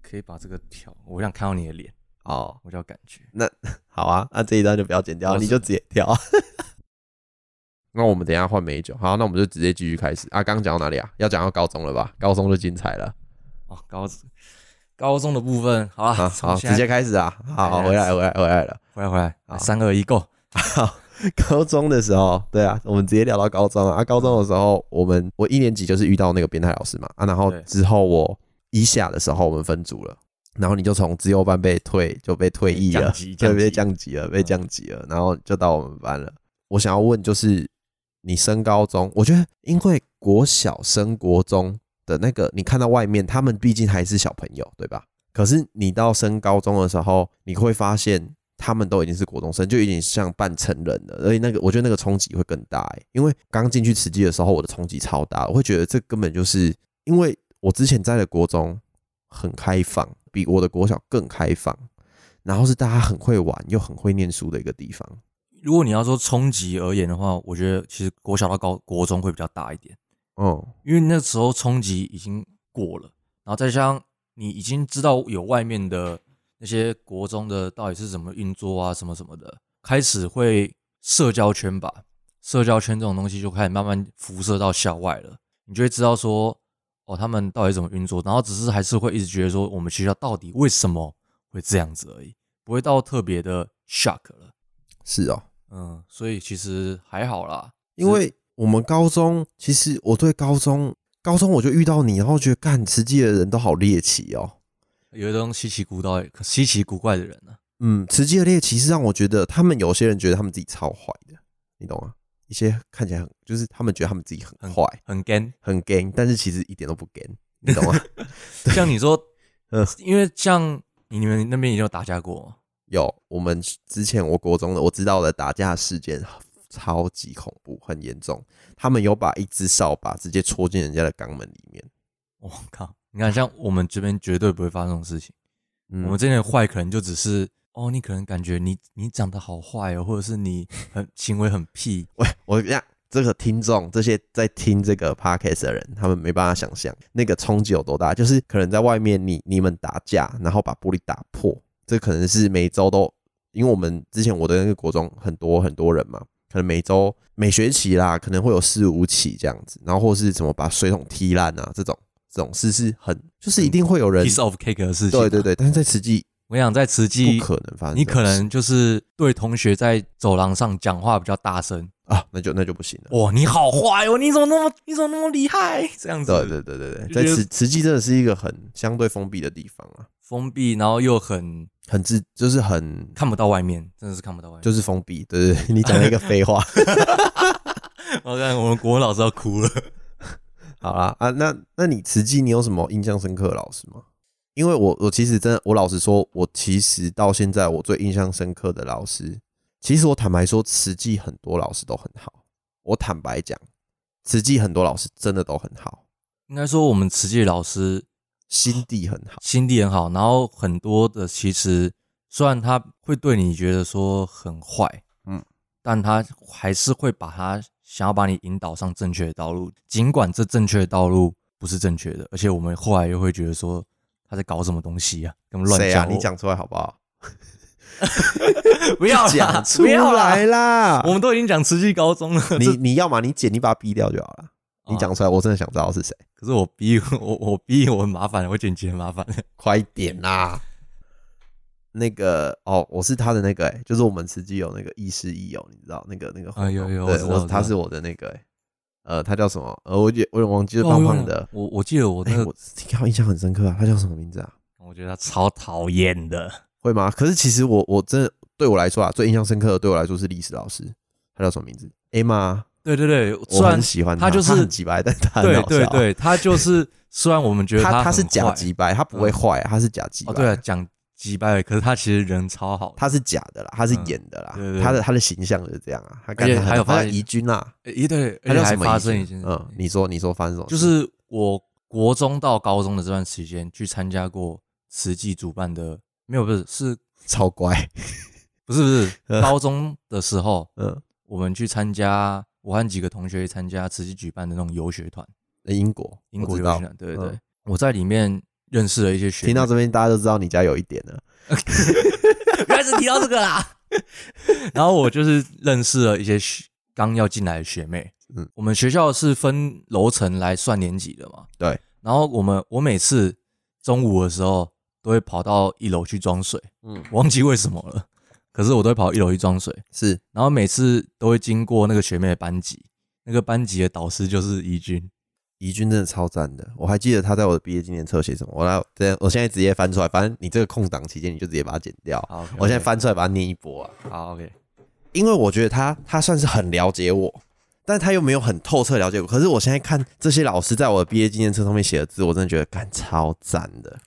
S2: 可以把这个调。我想看到你的脸，
S1: 哦，
S2: 我就要感觉。
S1: 好啊，那这一段就不要剪掉，
S2: 我是
S1: 你就直接跳 <laughs> 啊。那我们等一下换美酒，好，那我们就直接继续开始啊。刚刚讲到哪里啊？要讲到高中了吧？高中就精彩了。
S2: 哦，高高中的部分，好了，
S1: 啊，
S2: <laughs> 从
S1: 好，
S2: 现
S1: 直
S2: 在哎
S1: 接开始啊！好，好回来，回来，回来了。
S2: 回来回来，
S1: 好
S2: 来三二一，Go！
S1: 高中的时候，对啊，我们直接聊到高中啊。啊高中的时候，我们我一年级就是遇到那个变态老师嘛啊，然后
S2: 对
S1: 之后我一下的时候，我们分组了，然后你就从自由班被退，就被退役 <laughs> 了
S2: 哎降级，嗯
S1: 对，被
S2: 降
S1: 降级了，被降级了，然后就到我们班了。我想要问，就是你升高中，我觉得因为国小升国中的那个，你看到外面，他们毕竟还是小朋友，对吧？可是你到升高中的时候，你会发现他们都已经是国中生，就已经像半成人了，而且那个我觉得那个冲击会更大、欸，因为刚进去慈济的时候，我的冲击超大，我会觉得这根本就是因为我之前在的国中很开放，比我的国小更开放，然后是大家很会玩又很会念书的一个地方。
S2: 如果你要说冲击而言的话，我觉得其实国小到高国中会比较大一点，
S1: 哦、
S2: 因为那时候冲击已经过了，然后再加上你已经知道有外面的那些国中的到底是怎么运作啊，什么什么的，开始会社交圈吧，社交圈这种东西就开始慢慢辐射到校外了，你就会知道说哦，他们到底怎么运作，然后只是还是会一直觉得说我们学校到底为什么会这样子而已，不会到特别的 shock 了。
S1: 是哦，
S2: 嗯，所以其实还好啦，
S1: 因为我们高中其实我对高中高中我就遇到你，然后觉得干慈济的人都好猎奇哦。
S2: 有一种稀奇古怪、稀奇古怪的人啊呢、
S1: 嗯，慈济的猎奇是让我觉得他们有些人觉得他们自己超坏的，你懂吗？一些看起来很就是他们觉得他们自己很坏、
S2: 很 gan。
S1: <laughs> 很 gay，但是其实一点都不 gay，你懂吗？
S2: 像你说，
S1: 嗯
S2: 因为像你你们那边也有打架过嘛，
S1: 有我们之前我国中的我知道的打架事件超级恐怖，很严重。他们有把一只扫把直接戳进人家的肛门里面。
S2: 我靠！你看，像我们这边绝对不会发生这种事情。
S1: 嗯
S2: 我们这边的坏可能就只是哦，你可能感觉你你长得好坏哦，或者是你很行为很屁，
S1: 喂，我让这个听众，这些在听这个 podcast 的人，他们没办法想象那个冲击有多大。就是可能在外面你，你们打架，然后把玻璃打破，这可能是每周都，因为我们之前我的那个国中很多很多人嘛，可能每周每学期啦，可能会有四五起这样子，然后或是怎么把水桶踢烂啊这种。这种事是很，就是一定会有 <laughs> 人，
S2: piece of cake 的事情、啊
S1: 对对，对，但是在慈济
S2: 我想在慈
S1: 不
S2: 济，
S1: 可能发生这种事，
S2: 你可能就是对同学在走廊上讲话比较大声，
S1: 啊，那就那就不行了。
S2: 哇，你好坏哦，你怎么那么你怎么那么厉害？这样子，
S1: 对对对对对，
S2: 就
S1: 在
S2: 觉得
S1: 慈慈济真的是一个很相对封闭的地方啊，
S2: 封闭，然后又很
S1: 很自就是很
S2: 看不到外面，真的是看不到 <laughs> 外面。
S1: 就是封闭，对对 <laughs> 对，你讲了一个废话。
S2: 我看我们国文老师要哭了。 <laughs>
S1: 好啦啊，那那你慈济你有什么印象深刻的老师吗？因为我我其实真的，我老实说，我其实到现在我最印象深刻的老师，其实我坦白说，慈济很多老师都很好。我坦白讲，慈济很多老师真的都很好，
S2: 应该说我们慈济的老师
S1: 心地很好。
S2: 心地很好，然后很多的其实虽然他会对你觉得说很坏，
S1: 嗯
S2: 嗯，但他还是会把他想要把你引导上正确的道路，尽管这正确的道路不是正确的，而且我们后来又会觉得说他在搞什么东西啊，根本乱
S1: 谁
S2: 讲、
S1: 啊？你，讲出来好不好？
S2: <laughs> 不要啦
S1: 讲出
S2: 不要
S1: 来
S2: 啦，
S1: 啦！
S2: 我们都已经讲慈济高中了， <laughs>
S1: 你
S2: 这
S1: 你要嘛你剪，你把它逼掉就好了。
S2: 哦
S1: 你讲出来，我真的想知道是谁。
S2: 可是我逼 <laughs> 我我逼我很麻烦，我剪辑很麻 <laughs> 烦，
S1: 快点啦！那个哦，我是他的那个、欸，就是我们慈济有那个亦师亦友，你知道那个那个活动，
S2: 啊有有我
S1: 对
S2: 知道
S1: 我
S2: 我知
S1: 他
S2: 道
S1: 是我的那个、欸，呃，他叫什么？呃，我也我有点忘记，就是胖胖的，
S2: 哦我我记得我
S1: 哎、
S2: 那个，
S1: 我听到印象很深刻啊，他叫什么名字啊？
S2: <laughs> 我觉得他超讨厌的。
S1: 会吗？可是其实我我真的对我来说啊，最印象深刻的对我来说是历史老师，他叫什么名字？Emma，
S2: 对对对，
S1: 我
S2: 虽然
S1: 很喜欢
S2: 他就是
S1: 很几白，但他很
S2: 对
S1: 好
S2: 对
S1: 笑啊，
S2: 对，他就是虽然我们觉得
S1: 他
S2: 他
S1: 是
S2: 很
S1: 假
S2: 坏嗯
S1: 几白，他不会坏、啊，他是假几白，
S2: 哦，对啊，讲几百，可是他其实人超好的，
S1: 他是假的啦，他是
S2: 嗯
S1: 演的啦，
S2: 对对
S1: 他的他的形象就是这样啊，他
S2: 而且
S1: 刚
S2: 还有发
S1: 他
S2: 现
S1: 怡君啦，
S2: 诶一对，
S1: 他
S2: 而且
S1: 叫
S2: 还
S1: 什么
S2: 发
S1: 怡
S2: 生
S1: 君？
S2: 一件事，
S1: 嗯，你说你说发生什么事？
S2: 就是我国中到高中的这段时间去参加过慈济主办的，没有不是是
S1: <laughs> 超
S2: <laughs>
S1: 乖，
S2: 不是不 <laughs> 是高中的时候，
S1: 嗯，
S2: 我们去参加，我和几个同学去参加慈济举办的那种游学团，
S1: 英国，
S2: 英
S1: 我
S2: 国
S1: 知
S2: 游
S1: 道
S2: 学团，对对对
S1: 嗯，
S2: 我在里面认识了一些学妹，
S1: 听到这边大家就知道你家有一点了，
S2: <laughs> 原来是提到这个啦。然后我就是认识了一些学刚要进来的学妹。
S1: 嗯
S2: 嗯，我们学校是分楼层来算年级的嘛。
S1: 对。
S2: 然后我们我每次中午的时候都会跑到一楼去装水，
S1: 嗯，
S2: 我忘记为什么了。可是我都会跑一楼去装水，
S1: 是
S2: 然后每次都会经过那个学妹的班级，那个班级的导师就是怡君。
S1: 怡君真的超赞的，我还记得他在我的毕业纪念册写什么，我来，这样我现在直接翻出来，反正你这个空档期间你就直接把它剪掉，啊
S2: 好，OK，
S1: 我现在
S2: OK
S1: 翻出来把它念一波啊，
S2: 好 OK，
S1: 因为我觉得他他算是很了解我，但他又没有很透彻了解我。可是我现在看这些老师在我的毕业纪念册上面写的字，我真的觉得干超赞的。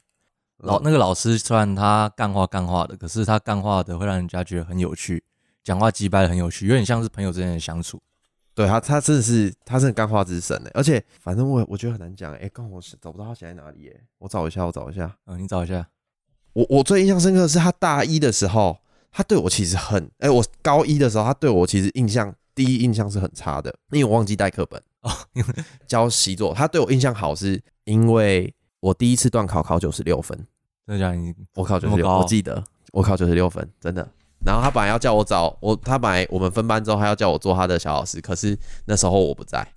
S2: 老那个老师虽然他干话干话的，可是他干话的会让人家觉得很有趣，讲话鸡掰的很有趣，有点像是朋友之间的相处。
S1: 对他，他真的是他真的干话之神欸呢。而且反正我我觉得很难讲哎、欸，刚我找不到他写在哪里哎、我找一下，我找一下。
S2: 嗯、你找一下，
S1: 我我最印象深刻的是他大一的时候，他对我其实很哎、我高一的时候他对我其实印象第一印象是很差的，因为我忘记带课本
S2: 哦
S1: 因为教习作。他对我印象好是因为我第一次段考考九十六分。
S2: 真的假的？你
S1: 我考九
S2: 这
S1: 十
S2: 么
S1: 六，
S2: 高
S1: 我记得我考九十六分，真的。然后他本来要叫我找我，他本来我们分班之后，他要叫我做他的小老师，可是那时候我不在，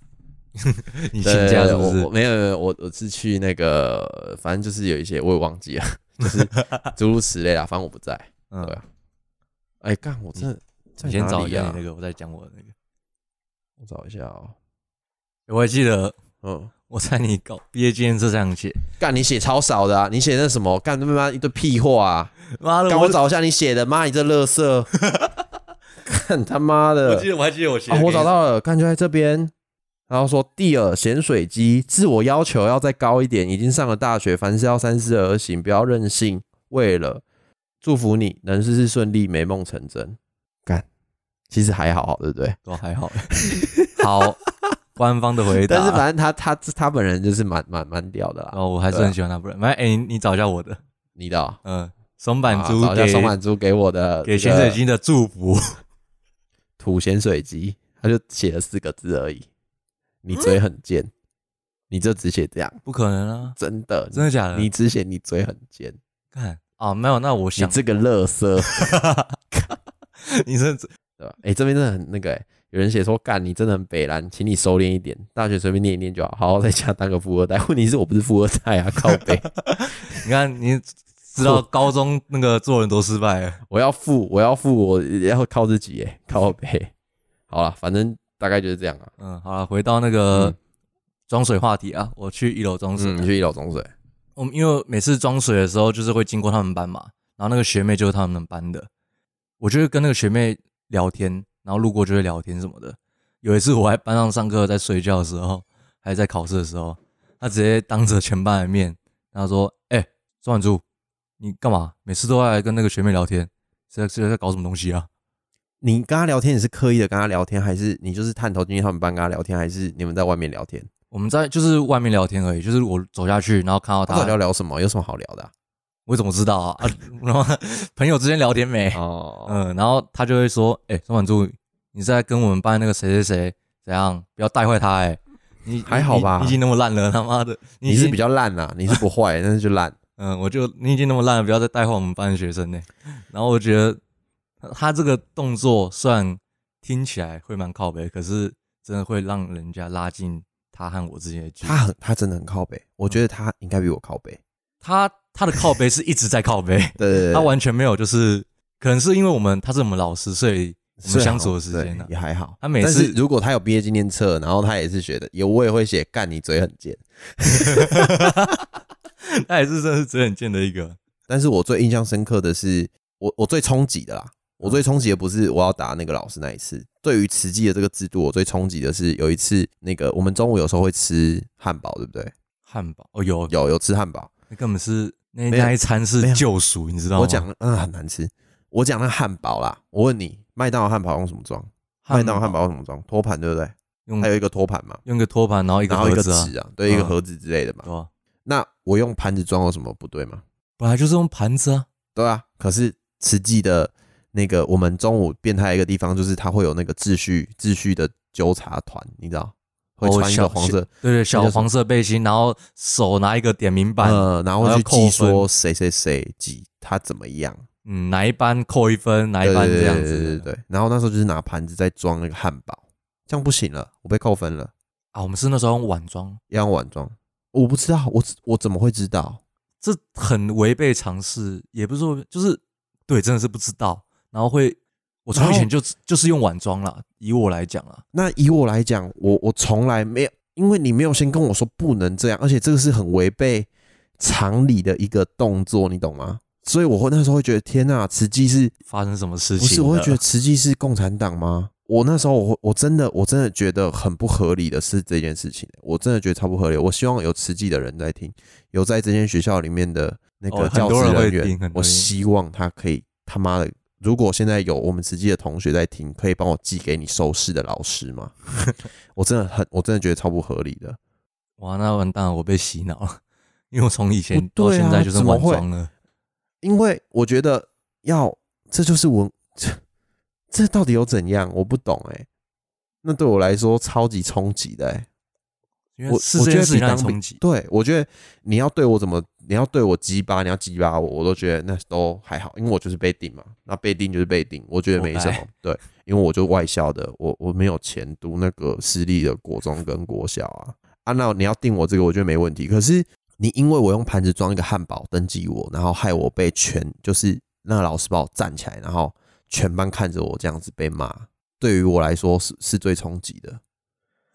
S2: 你请假是
S1: 对对
S2: 不
S1: 对我
S2: 是
S1: 我？没有没有没有，我我是去那个，反正就是有一些我也忘记了，
S2: <laughs>
S1: 就是诸如此类啦，反正我不在。
S2: 嗯
S1: 对，哎，干，我真的在
S2: 你先
S1: 哪
S2: 找一
S1: 里
S2: 下你
S1: 啊
S2: 那？个，我再讲我的那个。
S1: 我找一下哦。
S2: 我还记得
S1: 嗯，
S2: 我在你搞毕业纪念册上写，
S1: 干，你写超少的啊！你写那什么？干他妈一堆屁话啊！
S2: <laughs> 妈的，
S1: 干，
S2: 我
S1: 我找一下你写的，妈，你这乐色！ <laughs> 看他妈的！
S2: 我记得我还记得我写、
S1: 啊，我找，到了，看就在这边。然后说第二咸水鸡，自我要求要再高一点，已经上了大学，凡事要三思而行，不要任性。为了祝福你能事事顺利，美梦成真。干，其实还好，对不对？
S2: 都还好。 <laughs> 好，官方的回答。
S1: 但是反正他他他本人就是蛮蛮蛮屌的啦。
S2: 然后我还是
S1: 对啊
S2: 很喜欢他，不然，反正哎，你你找一下我的，
S1: 你的哦、
S2: 嗯、松板猪
S1: 啊找一下
S2: 给、
S1: 松满珠给我的
S2: 给
S1: 这
S2: 潜
S1: 个
S2: 水金的祝福。
S1: 吐咸水鸡，他就写了四个字而已。你嘴很贱，你就只写这样，
S2: 不可能啊！
S1: 真的
S2: 真的假的？
S1: 你只写你嘴很尖，
S2: 看啊，没有，那我
S1: 你
S2: 想
S1: <laughs> 这个乐色，
S2: 你是
S1: 对吧？哎、这边真的很那个、欸，有人写说干你真的很北蓝，请你收敛一点，大学随便念一念就好，好好在家当个富二代。 <laughs> 问题是我不是富二代啊，靠
S2: <laughs>
S1: 北，
S2: 你看，你知道高中那个做人多失败了。
S1: 我要富，我要富，我要靠自己耶，靠北。好了，反正大概就是这样啊。
S2: 嗯，好了，回到那个
S1: 嗯
S2: 装水话题啊，我去一楼装水。
S1: 嗯，你去一楼中水，
S2: 我们因为每次装水的时候，就是会经过他们班嘛，然后那个学妹就是他们班的，我就会跟那个学妹聊天，然后路过就会聊天什么的。有一次我在班上上课，在睡觉的时候，还在考试的时候，她直接当着全班的面，然后说：“哎、庄婉珠，你干嘛？每次都在跟那个学妹聊天，是在是在搞什么东西啊？”
S1: 你跟他聊天，你是刻意的跟他聊天，还是你就是探头进去他们班跟他聊天，还是你们在外面聊天？
S2: 我们在就是外面聊天而已，就是我走下去，然后看到
S1: 他到
S2: 她，
S1: 底要聊什么？有什么好聊的啊、
S2: 我怎么知道啊？啊然后 <laughs> 朋友之间聊天没？
S1: 哦，
S2: 嗯，然后他就会说：“哎、宋婉珠，你在跟我们班那个谁谁谁怎样？不要带坏他、哎，你
S1: 还好吧
S2: 你你已经那么烂了，他妈的，
S1: <laughs> 你
S2: 已经
S1: 是比较烂呐、你是不坏，但是就烂。
S2: 嗯，我就你已经那么烂了，不要再带坏我们班的学生呢、然后我觉得他他这个动作虽然听起来会蛮靠北，可是真的会让人家拉近他和我之间的距离
S1: 他。很，他真的很靠北，我觉得他应该比我靠北。，
S2: 他他的靠背是一直在靠背
S1: 对对对，
S2: 他完全没有就是，可能是因为我们他是我们老师，所以我
S1: 虽
S2: 们
S1: 然
S2: 相处的时间呢、
S1: 啊
S2: 啊
S1: 对也还好。
S2: 他每
S1: 但
S2: 次
S1: 是如果他有毕业纪念册，然后他也是学的，也我也会写干你嘴很贱。
S2: 他也是真的是嘴很贱的一个。
S1: 但是我最印象深刻的是，我我最冲击的啦，我
S2: 嗯
S1: 最冲击的不是我要打那个老师那一次，对于慈济的这个制度，我最冲击的是有一次那个我们中午有时候会吃汉堡，对不对？
S2: 汉堡哦，有，
S1: 有有吃汉堡，
S2: 那根本是那
S1: 没有
S2: 那一餐
S1: 没
S2: 是
S1: 有
S2: 救赎，你知道吗？
S1: 我讲啊、很难吃，我讲那汉堡啦，我问你，麦当劳汉堡用什么装？麦当劳汉堡用什么装？托盘对不对？
S2: 用
S1: 还有一个托盘嘛，
S2: 用个托盘，嗯然后一个
S1: 然后一
S2: 盒
S1: 个
S2: 子啊，
S1: 纸啊，对，一个
S2: 嗯
S1: 盒子之类的嘛
S2: 对。吧？
S1: 那我用盘子装有什么不对吗？
S2: 本来就是用盘子啊，
S1: 对啊，可是慈济的那个我们中午变态的一个地方，就是它会有那个秩序秩序的纠察团，你知道，会
S2: 哦
S1: 穿一个
S2: 小
S1: 黄色，
S2: 对对，
S1: 叫
S2: 小
S1: 什
S2: 黄色背心，然后手拿一个点名板，
S1: 呃，然后
S2: 然
S1: 去
S2: 后嗯要扣
S1: 记
S2: 分
S1: 说谁谁谁几他怎么样，
S2: 嗯，哪一班扣一分，哪
S1: 对
S2: 一班
S1: 对
S2: 这
S1: 对
S2: 样
S1: 对
S2: 子的。
S1: 对对。对然后那时候就是拿盘子在装那个汉堡，这样不行了，我被扣分了，
S2: 啊，我们是那时候用碗装，
S1: 要用碗装。我不知道，我我怎么会知道？
S2: 这很违背常识，也不是说就是对，真的是不知道，然后会。我从以前就就是用碗装啦，以我来讲啊啦，
S1: 那以我来讲，我我从来没有，因为你没有先跟我说不能这样，而且这个是很违背常理的一个动作，你懂吗？所以我会那时候会觉得，天呐、慈济是
S2: 发生什么事
S1: 不
S2: 情了？
S1: 是？我会觉得慈济是共产党吗？我那时候我会我真的我真的觉得很不合理的是这件事情，我真的觉得超不合理。我希望有慈济的人在听，有在这间学校里面的那个
S2: 哦
S1: 教
S2: 很多
S1: 职
S2: 人会
S1: 人
S2: 听
S1: 员，
S2: 很多
S1: 我
S2: 人
S1: 希望他可以他妈的，如果现在有我们慈济的同学在听，可以帮我寄给你收视的老师吗？ <laughs> 我真的很我真的觉得超不合理的。
S2: 哇，那完蛋了，我被洗脑了，因为我从以前
S1: 不
S2: 到
S1: 对啊
S2: 现在就是
S1: 怎么
S2: 晚
S1: 会
S2: 装了。
S1: 因为我觉得要，这就是文，这这到底有怎样？我不懂哎、那对我来说超级冲击的哎、
S2: 因为
S1: 我
S2: 是
S1: 我
S2: 这
S1: 觉
S2: 件
S1: 得
S2: 事
S1: 比
S2: 情让
S1: 当
S2: 你
S1: 兵
S2: 冲击，
S1: 对我觉得你要对我怎么，你要对我鸡巴，你要鸡巴我，我都觉得那都还好，因为我就是被定嘛，那被定就是被定，我觉得没什么
S2: 活。
S1: 对，因为我就外校的，我我没有钱读那个私立的国中跟国小啊。啊，那你要定我这个，我觉得没问题。可是你因为我用盘子装一个汉堡登记我，然后害我被全就是那个老师把我站起来，然后全班看着我这样子被骂，对于我来说是是最冲击的。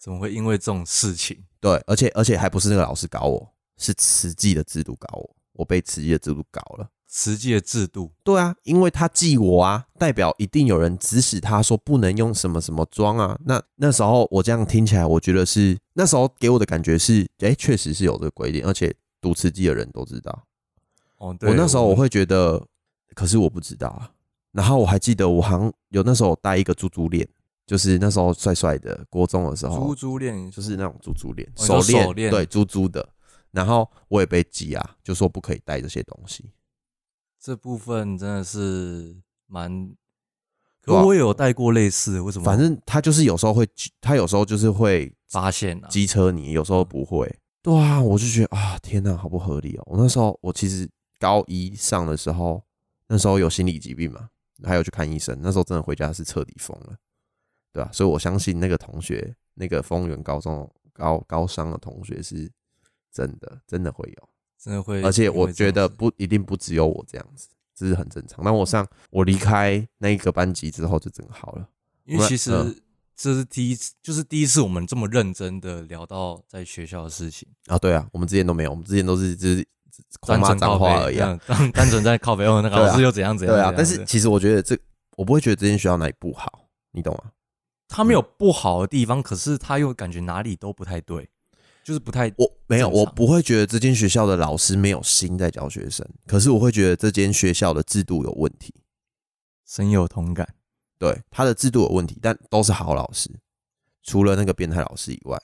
S2: 怎么会因为这种事情？
S1: 对，而且而且还不是那个老师搞我，是慈济的制度搞我，我被慈济的制度搞了。
S2: 实际的制度，
S1: 对啊，因为他记我啊，代表一定有人指使他说不能用什么什么装啊。那那时候我这样听起来，我觉得是那时候给我的感觉是，哎、确实是有这个规定，而且读慈济的人都知道。
S2: 哦，对，
S1: 我那时候我
S2: 们
S1: 会觉得，可是我不知道啊。然后我还记得我好像有那时候有戴一个猪猪链，就是那时候帅帅的，国中的时候，
S2: 猪猪链
S1: 就是那种猪猪链、
S2: 哦你说
S1: 链，
S2: 手链
S1: 对，猪猪的。然后我也被记啊，就说不可以带这些东西。
S2: 这部分真的是蛮，可
S1: 对啊
S2: 我也有带过类似，为什么？
S1: 反正他就是有时候会，他有时候就是会
S2: 发现啊，
S1: 机车你，有时候不会。对啊，我就觉得啊，天哪，好不合理哦！我那时候我其实高一上的时候，那时候有心理疾病嘛，还有去看医生。那时候真的回家是彻底疯了，对啊吧、所以我相信那个同学，那个丰原高中高高商的同学是真的，真的会有，
S2: 真的会。
S1: 而且
S2: 因为
S1: 我觉
S2: 这
S1: 得
S2: 样子，
S1: 不一定不只有我这样子，这是很正常。但我上我离开那一个班级之后就整个好了，
S2: 因
S1: 我
S2: 为
S1: 们
S2: 其实
S1: 嗯
S2: 这是第一次，就是第一次我们这么认真的聊到在学校的事情，
S1: 啊，对啊，我们之前都没有，我们之前都是就是狂
S2: 单
S1: 骂
S2: 纯
S1: 脏
S2: 靠
S1: 话而
S2: 背，
S1: 已啊。
S2: 嗯单单纯在靠背哦，那个
S1: 对啊
S2: 老师又怎样怎样。
S1: 对啊，
S2: 怎样
S1: 但
S2: 怎
S1: 是
S2: 样
S1: 其实我觉得这，我不会觉得这间学校哪里不好，你懂吗？
S2: 他没有不好的地方，可是他又感觉哪里都不太对，就是不太
S1: 我没有，
S2: 正常
S1: 我不会觉得这间学校的老师没有心在教学生，可是我会觉得这间学校的制度有问题，
S2: 深有同感。
S1: 对，他的制度有问题，但都是好老师，除了那个变态老师以外。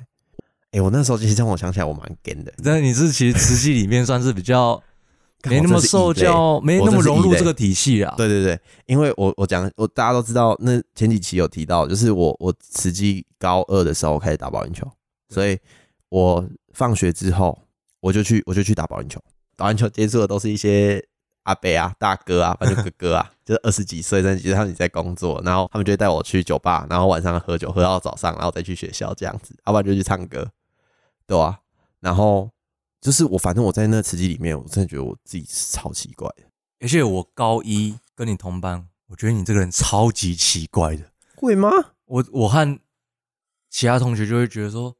S1: 哎、我那时候其实让我想起来，我蛮 gay 的，
S2: 但你是其实慈禧里面算是比较
S1: 看
S2: 没
S1: 我
S2: 那
S1: 真
S2: 么
S1: 是异
S2: 受
S1: 类
S2: 教，没
S1: 我
S2: 那
S1: 真
S2: 么
S1: 是
S2: 融
S1: 异
S2: 入
S1: 类
S2: 这个体系啊。
S1: 对对对，因为我我讲我大家都知道，那前几期有提到，就是我我慈济高二的时候开始打保龄球，所以我放学之后我就去我就去打保龄球，打完球接触的都是一些阿伯啊、大哥啊，反正哥哥啊， <laughs> 就是二十几岁、三十几岁，他们也在工作，然后他们就会带我去酒吧，然后晚上喝酒喝到早上，然后再去学校这样子，要不然就去唱歌，对啊，然后就是我反正我在那慈济里面，我真的觉得我自己是超奇怪的，
S2: 而且我高一跟你同班，我觉得你这个人超级奇怪的。
S1: 会吗？
S2: 我我和其他同学就会觉得说，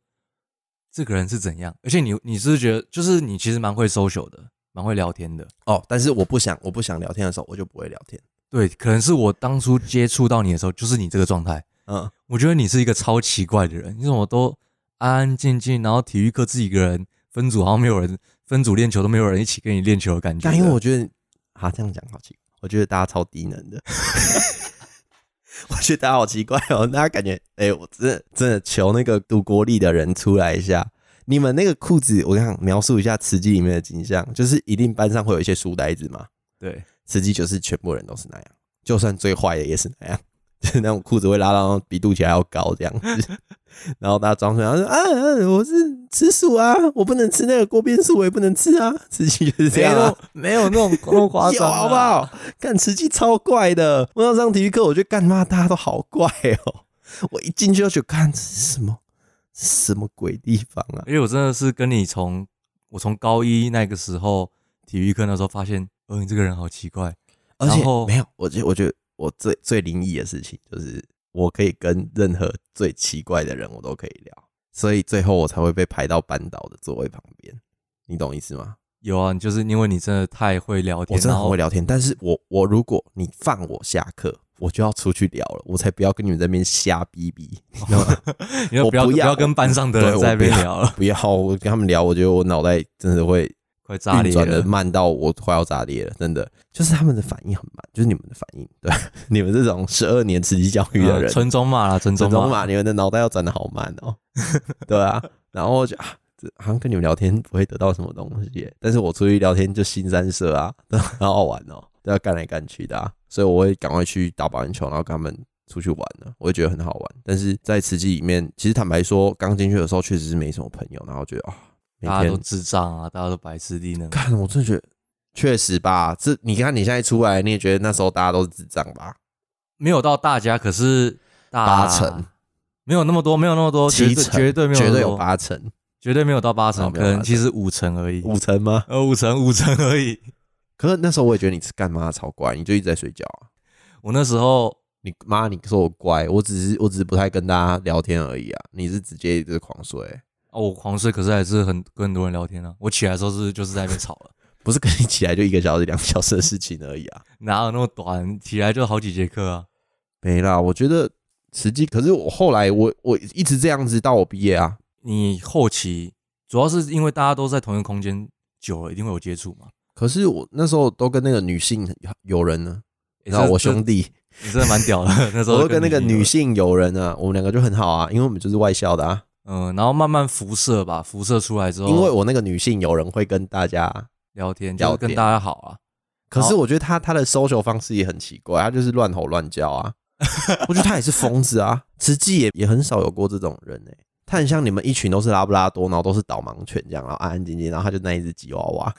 S2: 这个人是怎样？而且你你是不是觉得，就是你其实蛮会 social 的，蛮会聊天的。
S1: 哦，但是我不想，我不想聊天的时候，我就不会聊天。
S2: 对，可能是我当初接触到你的时候，就是你这个状态。
S1: 嗯，
S2: 我觉得你是一个超奇怪的人，你怎么都安安静静，然后体育课自己一个人，分组好像没有人，分组练球都没有人一起跟你练球的感觉的。
S1: 但因为我觉得，啊，这样讲好奇怪，我觉得大家超低能的。 <laughs> 我觉得大家好奇怪哦，大家感觉，哎、我真的真的求那个读国立的人出来一下。你们那个裤子，我想描述一下慈济里面的景象，就是一定班上会有一些书呆子嘛，
S2: 对，
S1: 慈济就是全部人都是那样，就算最坏的也是那样， <laughs> 就是那种裤子会拉到比肚脐还要高这样子。 <laughs> 然后大家装出来，他说啊啊，我是吃素啊，我不能吃那个锅边素，我也不能吃啊。 <laughs> 慈济就是这样、啊，
S2: 没有那种那么夸
S1: 有
S2: 张、啊
S1: 好不？
S2: <laughs>
S1: 好？干慈济超怪的，我要上体育课，我就干妈大家都好怪哦。 <laughs> 我一进去就去看这是什么这是什么鬼地方啊？
S2: 而且我真的是跟你从我从高一那个时候体育课那时候发现，哦，你这个人好奇怪。
S1: 而且
S2: 然后
S1: 没有，我觉得我觉得我最最灵异的事情就是，我可以跟任何最奇怪的人我都可以聊，所以最后我才会被排到班导的座位旁边，你懂意思吗？
S2: 有啊，就是因为你真的太会聊天，
S1: 我真的
S2: 然
S1: 很
S2: 后
S1: 会聊天，但是我我如果你放我下课，我就要出去聊了，我才不要跟你们在那边瞎逼逼，你知道吗？
S2: <laughs> 你就
S1: 我
S2: 不要
S1: 不
S2: 不
S1: 要
S2: 要跟班上的
S1: <laughs> 对
S2: 人
S1: 我
S2: 在那边
S1: 不要
S2: 聊了，
S1: 不要我跟他们聊，我觉得我脑袋真的会
S2: 快炸
S1: <laughs> 运
S2: 裂
S1: 转的
S2: 了。
S1: 慢到我快要炸裂了，真的就是他们的反应很慢，就是你们的反应，对 <laughs> 你们这种十二年慈济教育的
S2: 嗯
S1: 人，
S2: 纯种马啦，纯
S1: 整
S2: 种
S1: 中
S2: 马，
S1: 嘛，你们的脑袋要转的好慢哦。 <laughs> 对啊，然后我就啊，这好像跟你们聊天不会得到什么东西耶，但是我出去聊天就新三色啊， <laughs> 都很好玩哦，都要干来干去的、啊，所以我会赶快去打保龄球，然后跟他们出去玩了，我会觉得很好玩。但是在慈济里面，其实坦白说，刚进去的时候确实是没什么朋友，然后觉得啊，每
S2: 大家都
S1: 天
S2: 智障啊，大家都白痴低能。
S1: 看，我真的觉得确实吧，这你看你现在出来，你也觉得那时候大家都是智障吧？
S2: 没有到大家，可是大
S1: 八成，
S2: 没有那么多，没有那么多，绝
S1: 七
S2: 对
S1: 成
S2: 绝对没有那
S1: 绝
S2: 么多，
S1: 对有八成，
S2: 绝对没有到八成，
S1: 哦没
S2: 可
S1: 有
S2: 能
S1: 八成
S2: 其实五成而已，
S1: 五成吗？
S2: 呃，五成 <laughs> 五成而已。
S1: 可是那时候我也觉得你是干嘛超乖，你就一直在睡觉啊。
S2: 我那时候
S1: 你妈，你说我乖，我只是我只是不太跟大家聊天而已啊。你是直接就是狂睡、
S2: 哦，我狂睡，可是还是很跟很多人聊天啊。我起来的时候是就是在那边吵了， <laughs>
S1: 不是跟你起来就一个小时、两个小时的事情而已啊。 <laughs>
S2: 哪有那么短？起来就好几节课啊。
S1: 没啦，我觉得实际，可是我后来我我一直这样子到我毕业啊。
S2: 你后期主要是因为大家都在同一个空间久了，一定会有接触嘛。
S1: 可是我那时候都跟那个女性友人呢，
S2: 诶
S1: 然后
S2: 这
S1: 我
S2: 这
S1: 兄弟，
S2: 你真的蛮
S1: <laughs>
S2: 屌的，那时候
S1: 我都跟那个女
S2: 有
S1: 性友人啊，我们两个就很好啊，因为我们就是外校的啊。
S2: 嗯，然后慢慢辐射吧，辐射出来之后，
S1: 因为我那个女性友人会跟大家
S2: 聊天
S1: 聊
S2: 就
S1: 天
S2: 跟大家好啊。
S1: 可是
S2: 好
S1: 我觉得他他的 social 方式也很奇怪，他就是乱吼乱叫 <laughs> 啊。我觉得他也是疯子啊，实际也也很少有过这种人哎、他很像你们一群都是拉布拉多，然后都是导盲犬这样，然后安安静静，然后他就那一只 <laughs> 吉娃娃。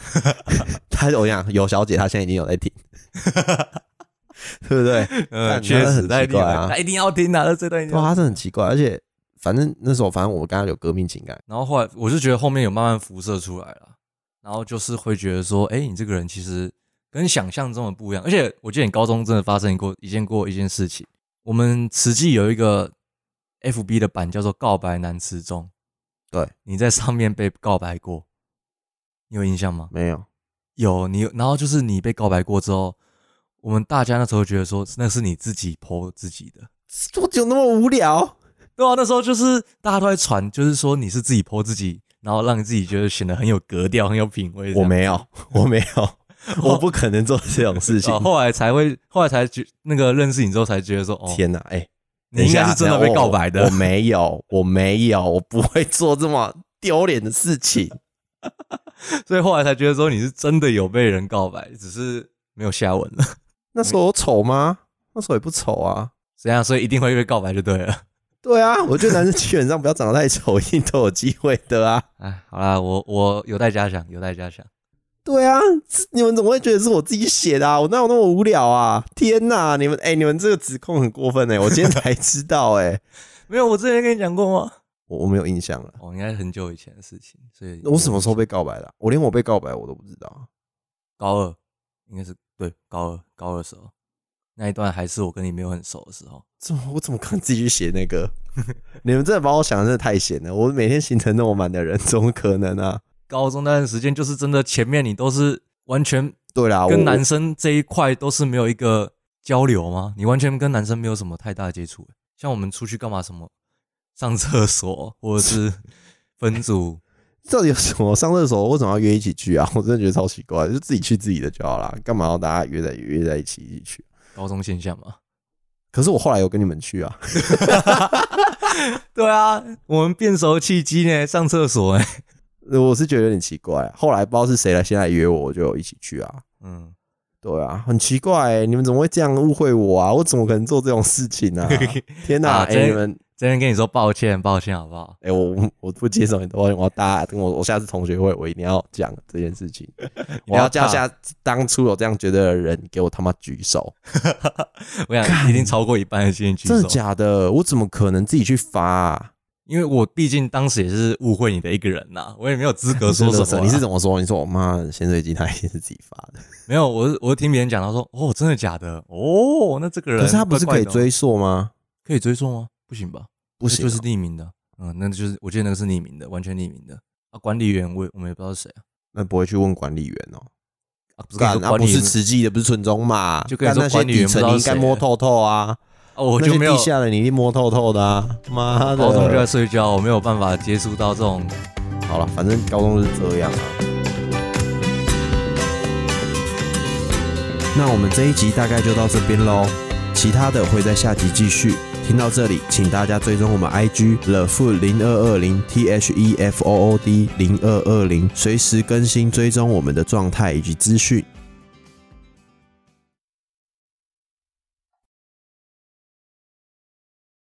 S1: 他我想有小姐，她现在已经有在听。对不对？
S2: 呃，
S1: 干
S2: 确
S1: 那
S2: 实
S1: 很
S2: 太
S1: 奇
S2: 厉
S1: 怪
S2: 害，
S1: 啊
S2: 他一定要听啊，那这段一定
S1: 对啊，
S2: 要。
S1: 他是很奇怪，而且反正那时候，反正我跟他有革命情感，
S2: 然后后来我就觉得后面有慢慢辐射出来了，然后就是会觉得说，哎，你这个人其实跟想象中的不一样。而且我记得你高中真的发生过一件过一件事情，我们慈济有一个 FB 的版叫做“告白男词中”，
S1: 对
S2: 你在上面被告白过，你有印象吗？
S1: 没有，
S2: 有你，然后就是你被告白过之后，我们大家那时候觉得说那是你自己 PO 自己的，
S1: 多久那么无聊？
S2: 对啊，那时候就是大家都在传，就是说你是自己 PO 自己，然后让你自己觉得显得很有格调、很有品味这样。
S1: 我没有，我没有，我不可能做这种 <laughs> 事情
S2: 哦，。后来才会，后来才觉那个认识你之后才觉得说，哦，
S1: 天哪，哎、
S2: 你应该是真的被告白
S1: 我
S2: 的。
S1: 没有，我没有，我不会做这么丢脸的事情。
S2: <laughs> 所以后来才觉得说你是真的有被人告白，只是没有下文了。 <laughs>
S1: 那时候我丑吗？那时候也不丑啊。
S2: 这样，所以一定会被告白就对了。
S1: 对啊，我觉得男生基本上不要长得太丑，一定都有机会的啊。
S2: 哎，好啦，我我有待加强，有待加强。
S1: 对啊，这你们怎么会觉得是我自己写的啊？我哪有那么无聊啊？天哪，你们哎、你们这个指控很过分哎、我今天才知道哎、
S2: 没有，我之前跟你讲过吗？
S1: 我我没有印象了。
S2: 哦，应该是很久以前的事情，所以
S1: 我什么时候被告白的啊、我连我被告白我都不知道啊。
S2: 高二，应该是对高二高二的时候，那一段还是我跟你没有很熟的时候。
S1: 怎么我怎么可能自己去写那个？ <laughs> 你们真的把我想的真的太闲了。我每天行程那么满的人，怎么可能啊？
S2: 高中那段时间就是真的，前面你都是完全
S1: 对啦，啊
S2: 跟
S1: 我
S2: 男生这一块都是没有一个交流吗？你完全跟男生没有什么太大的接触、像我们出去干嘛什么，上厕所或
S1: <laughs>
S2: 者是分组，
S1: 到底有什么上厕所为什么要约一起去啊？我 <laughs> 真的觉得超奇怪，就自己去自己的就好啦，干嘛要大家约在约在一起一起去？
S2: 高中现象嘛。
S1: 可是我后来有跟你们去啊， <laughs>
S2: 对啊，我们变熟的契机呢，上厕所哎、
S1: 我是觉得有点奇怪。啊后来不知道是谁来先来约我，我就有一起去啊。
S2: 嗯，
S1: 对啊，很奇怪、你们怎么会这样误会我啊？我怎么可能做这种事情 <laughs>
S2: <laughs>
S1: 呢、啊？天哪、
S2: 啊
S1: 哎、
S2: 真
S1: 你们
S2: 这边跟你说抱歉，抱歉好不好？
S1: 哎、我 <laughs> 我不接受你的抱歉，我要大家跟我我下次同学会，我一定要讲这件事
S2: <laughs>
S1: 情，我要叫下当初有这样觉得的人给我他妈举手，
S2: 我想一定超过一半的现金举
S1: 真的
S2: 手，
S1: 假的？我怎么可能自己去发、啊？
S2: 因为我毕竟当时也是误会你的一个人呐、我也没有资格说
S1: <laughs> 真
S2: 什
S1: 的
S2: 么
S1: 是
S2: 啊、
S1: 你是怎么说？你说我妈的咸水鸡他一定是自己发的，
S2: 没有？我是我听别人讲，他说哦，真的假的？哦，那这个人
S1: 可是他不是可以
S2: 怪怪的哦
S1: 追溯吗？
S2: 可以追溯吗？不行吧？
S1: 不行
S2: 那
S1: 哦、
S2: 就是匿名的。嗯，那就是我记得那个是匿名的，完全匿名的。啊，管理员我也我们也不知道是谁啊，
S1: 那不会去问管理员哦、
S2: 啊不
S1: 不
S2: 是跟你
S1: 干，
S2: 说
S1: 啊
S2: 管
S1: 不
S2: 理员
S1: 是慈济的，不是纯中嘛？
S2: 就跟你说
S1: 干那些
S2: 管理员
S1: 底层
S2: 不知道
S1: 你应该
S2: 谁
S1: 摸透透啊，
S2: 哦，我就没有
S1: 那些地下的你一定摸透透的啊！妈的，
S2: 高中就在睡觉，我没有办法接触到这种
S1: 好了，反正高中是这样啊。那我们这一集大概就到这边喽，其他的会在下集继续。听到这里，请大家追踪我们 IG the food 零二二零 t h e f o o d 零二二零，随时更新追踪我们的状态以及资讯。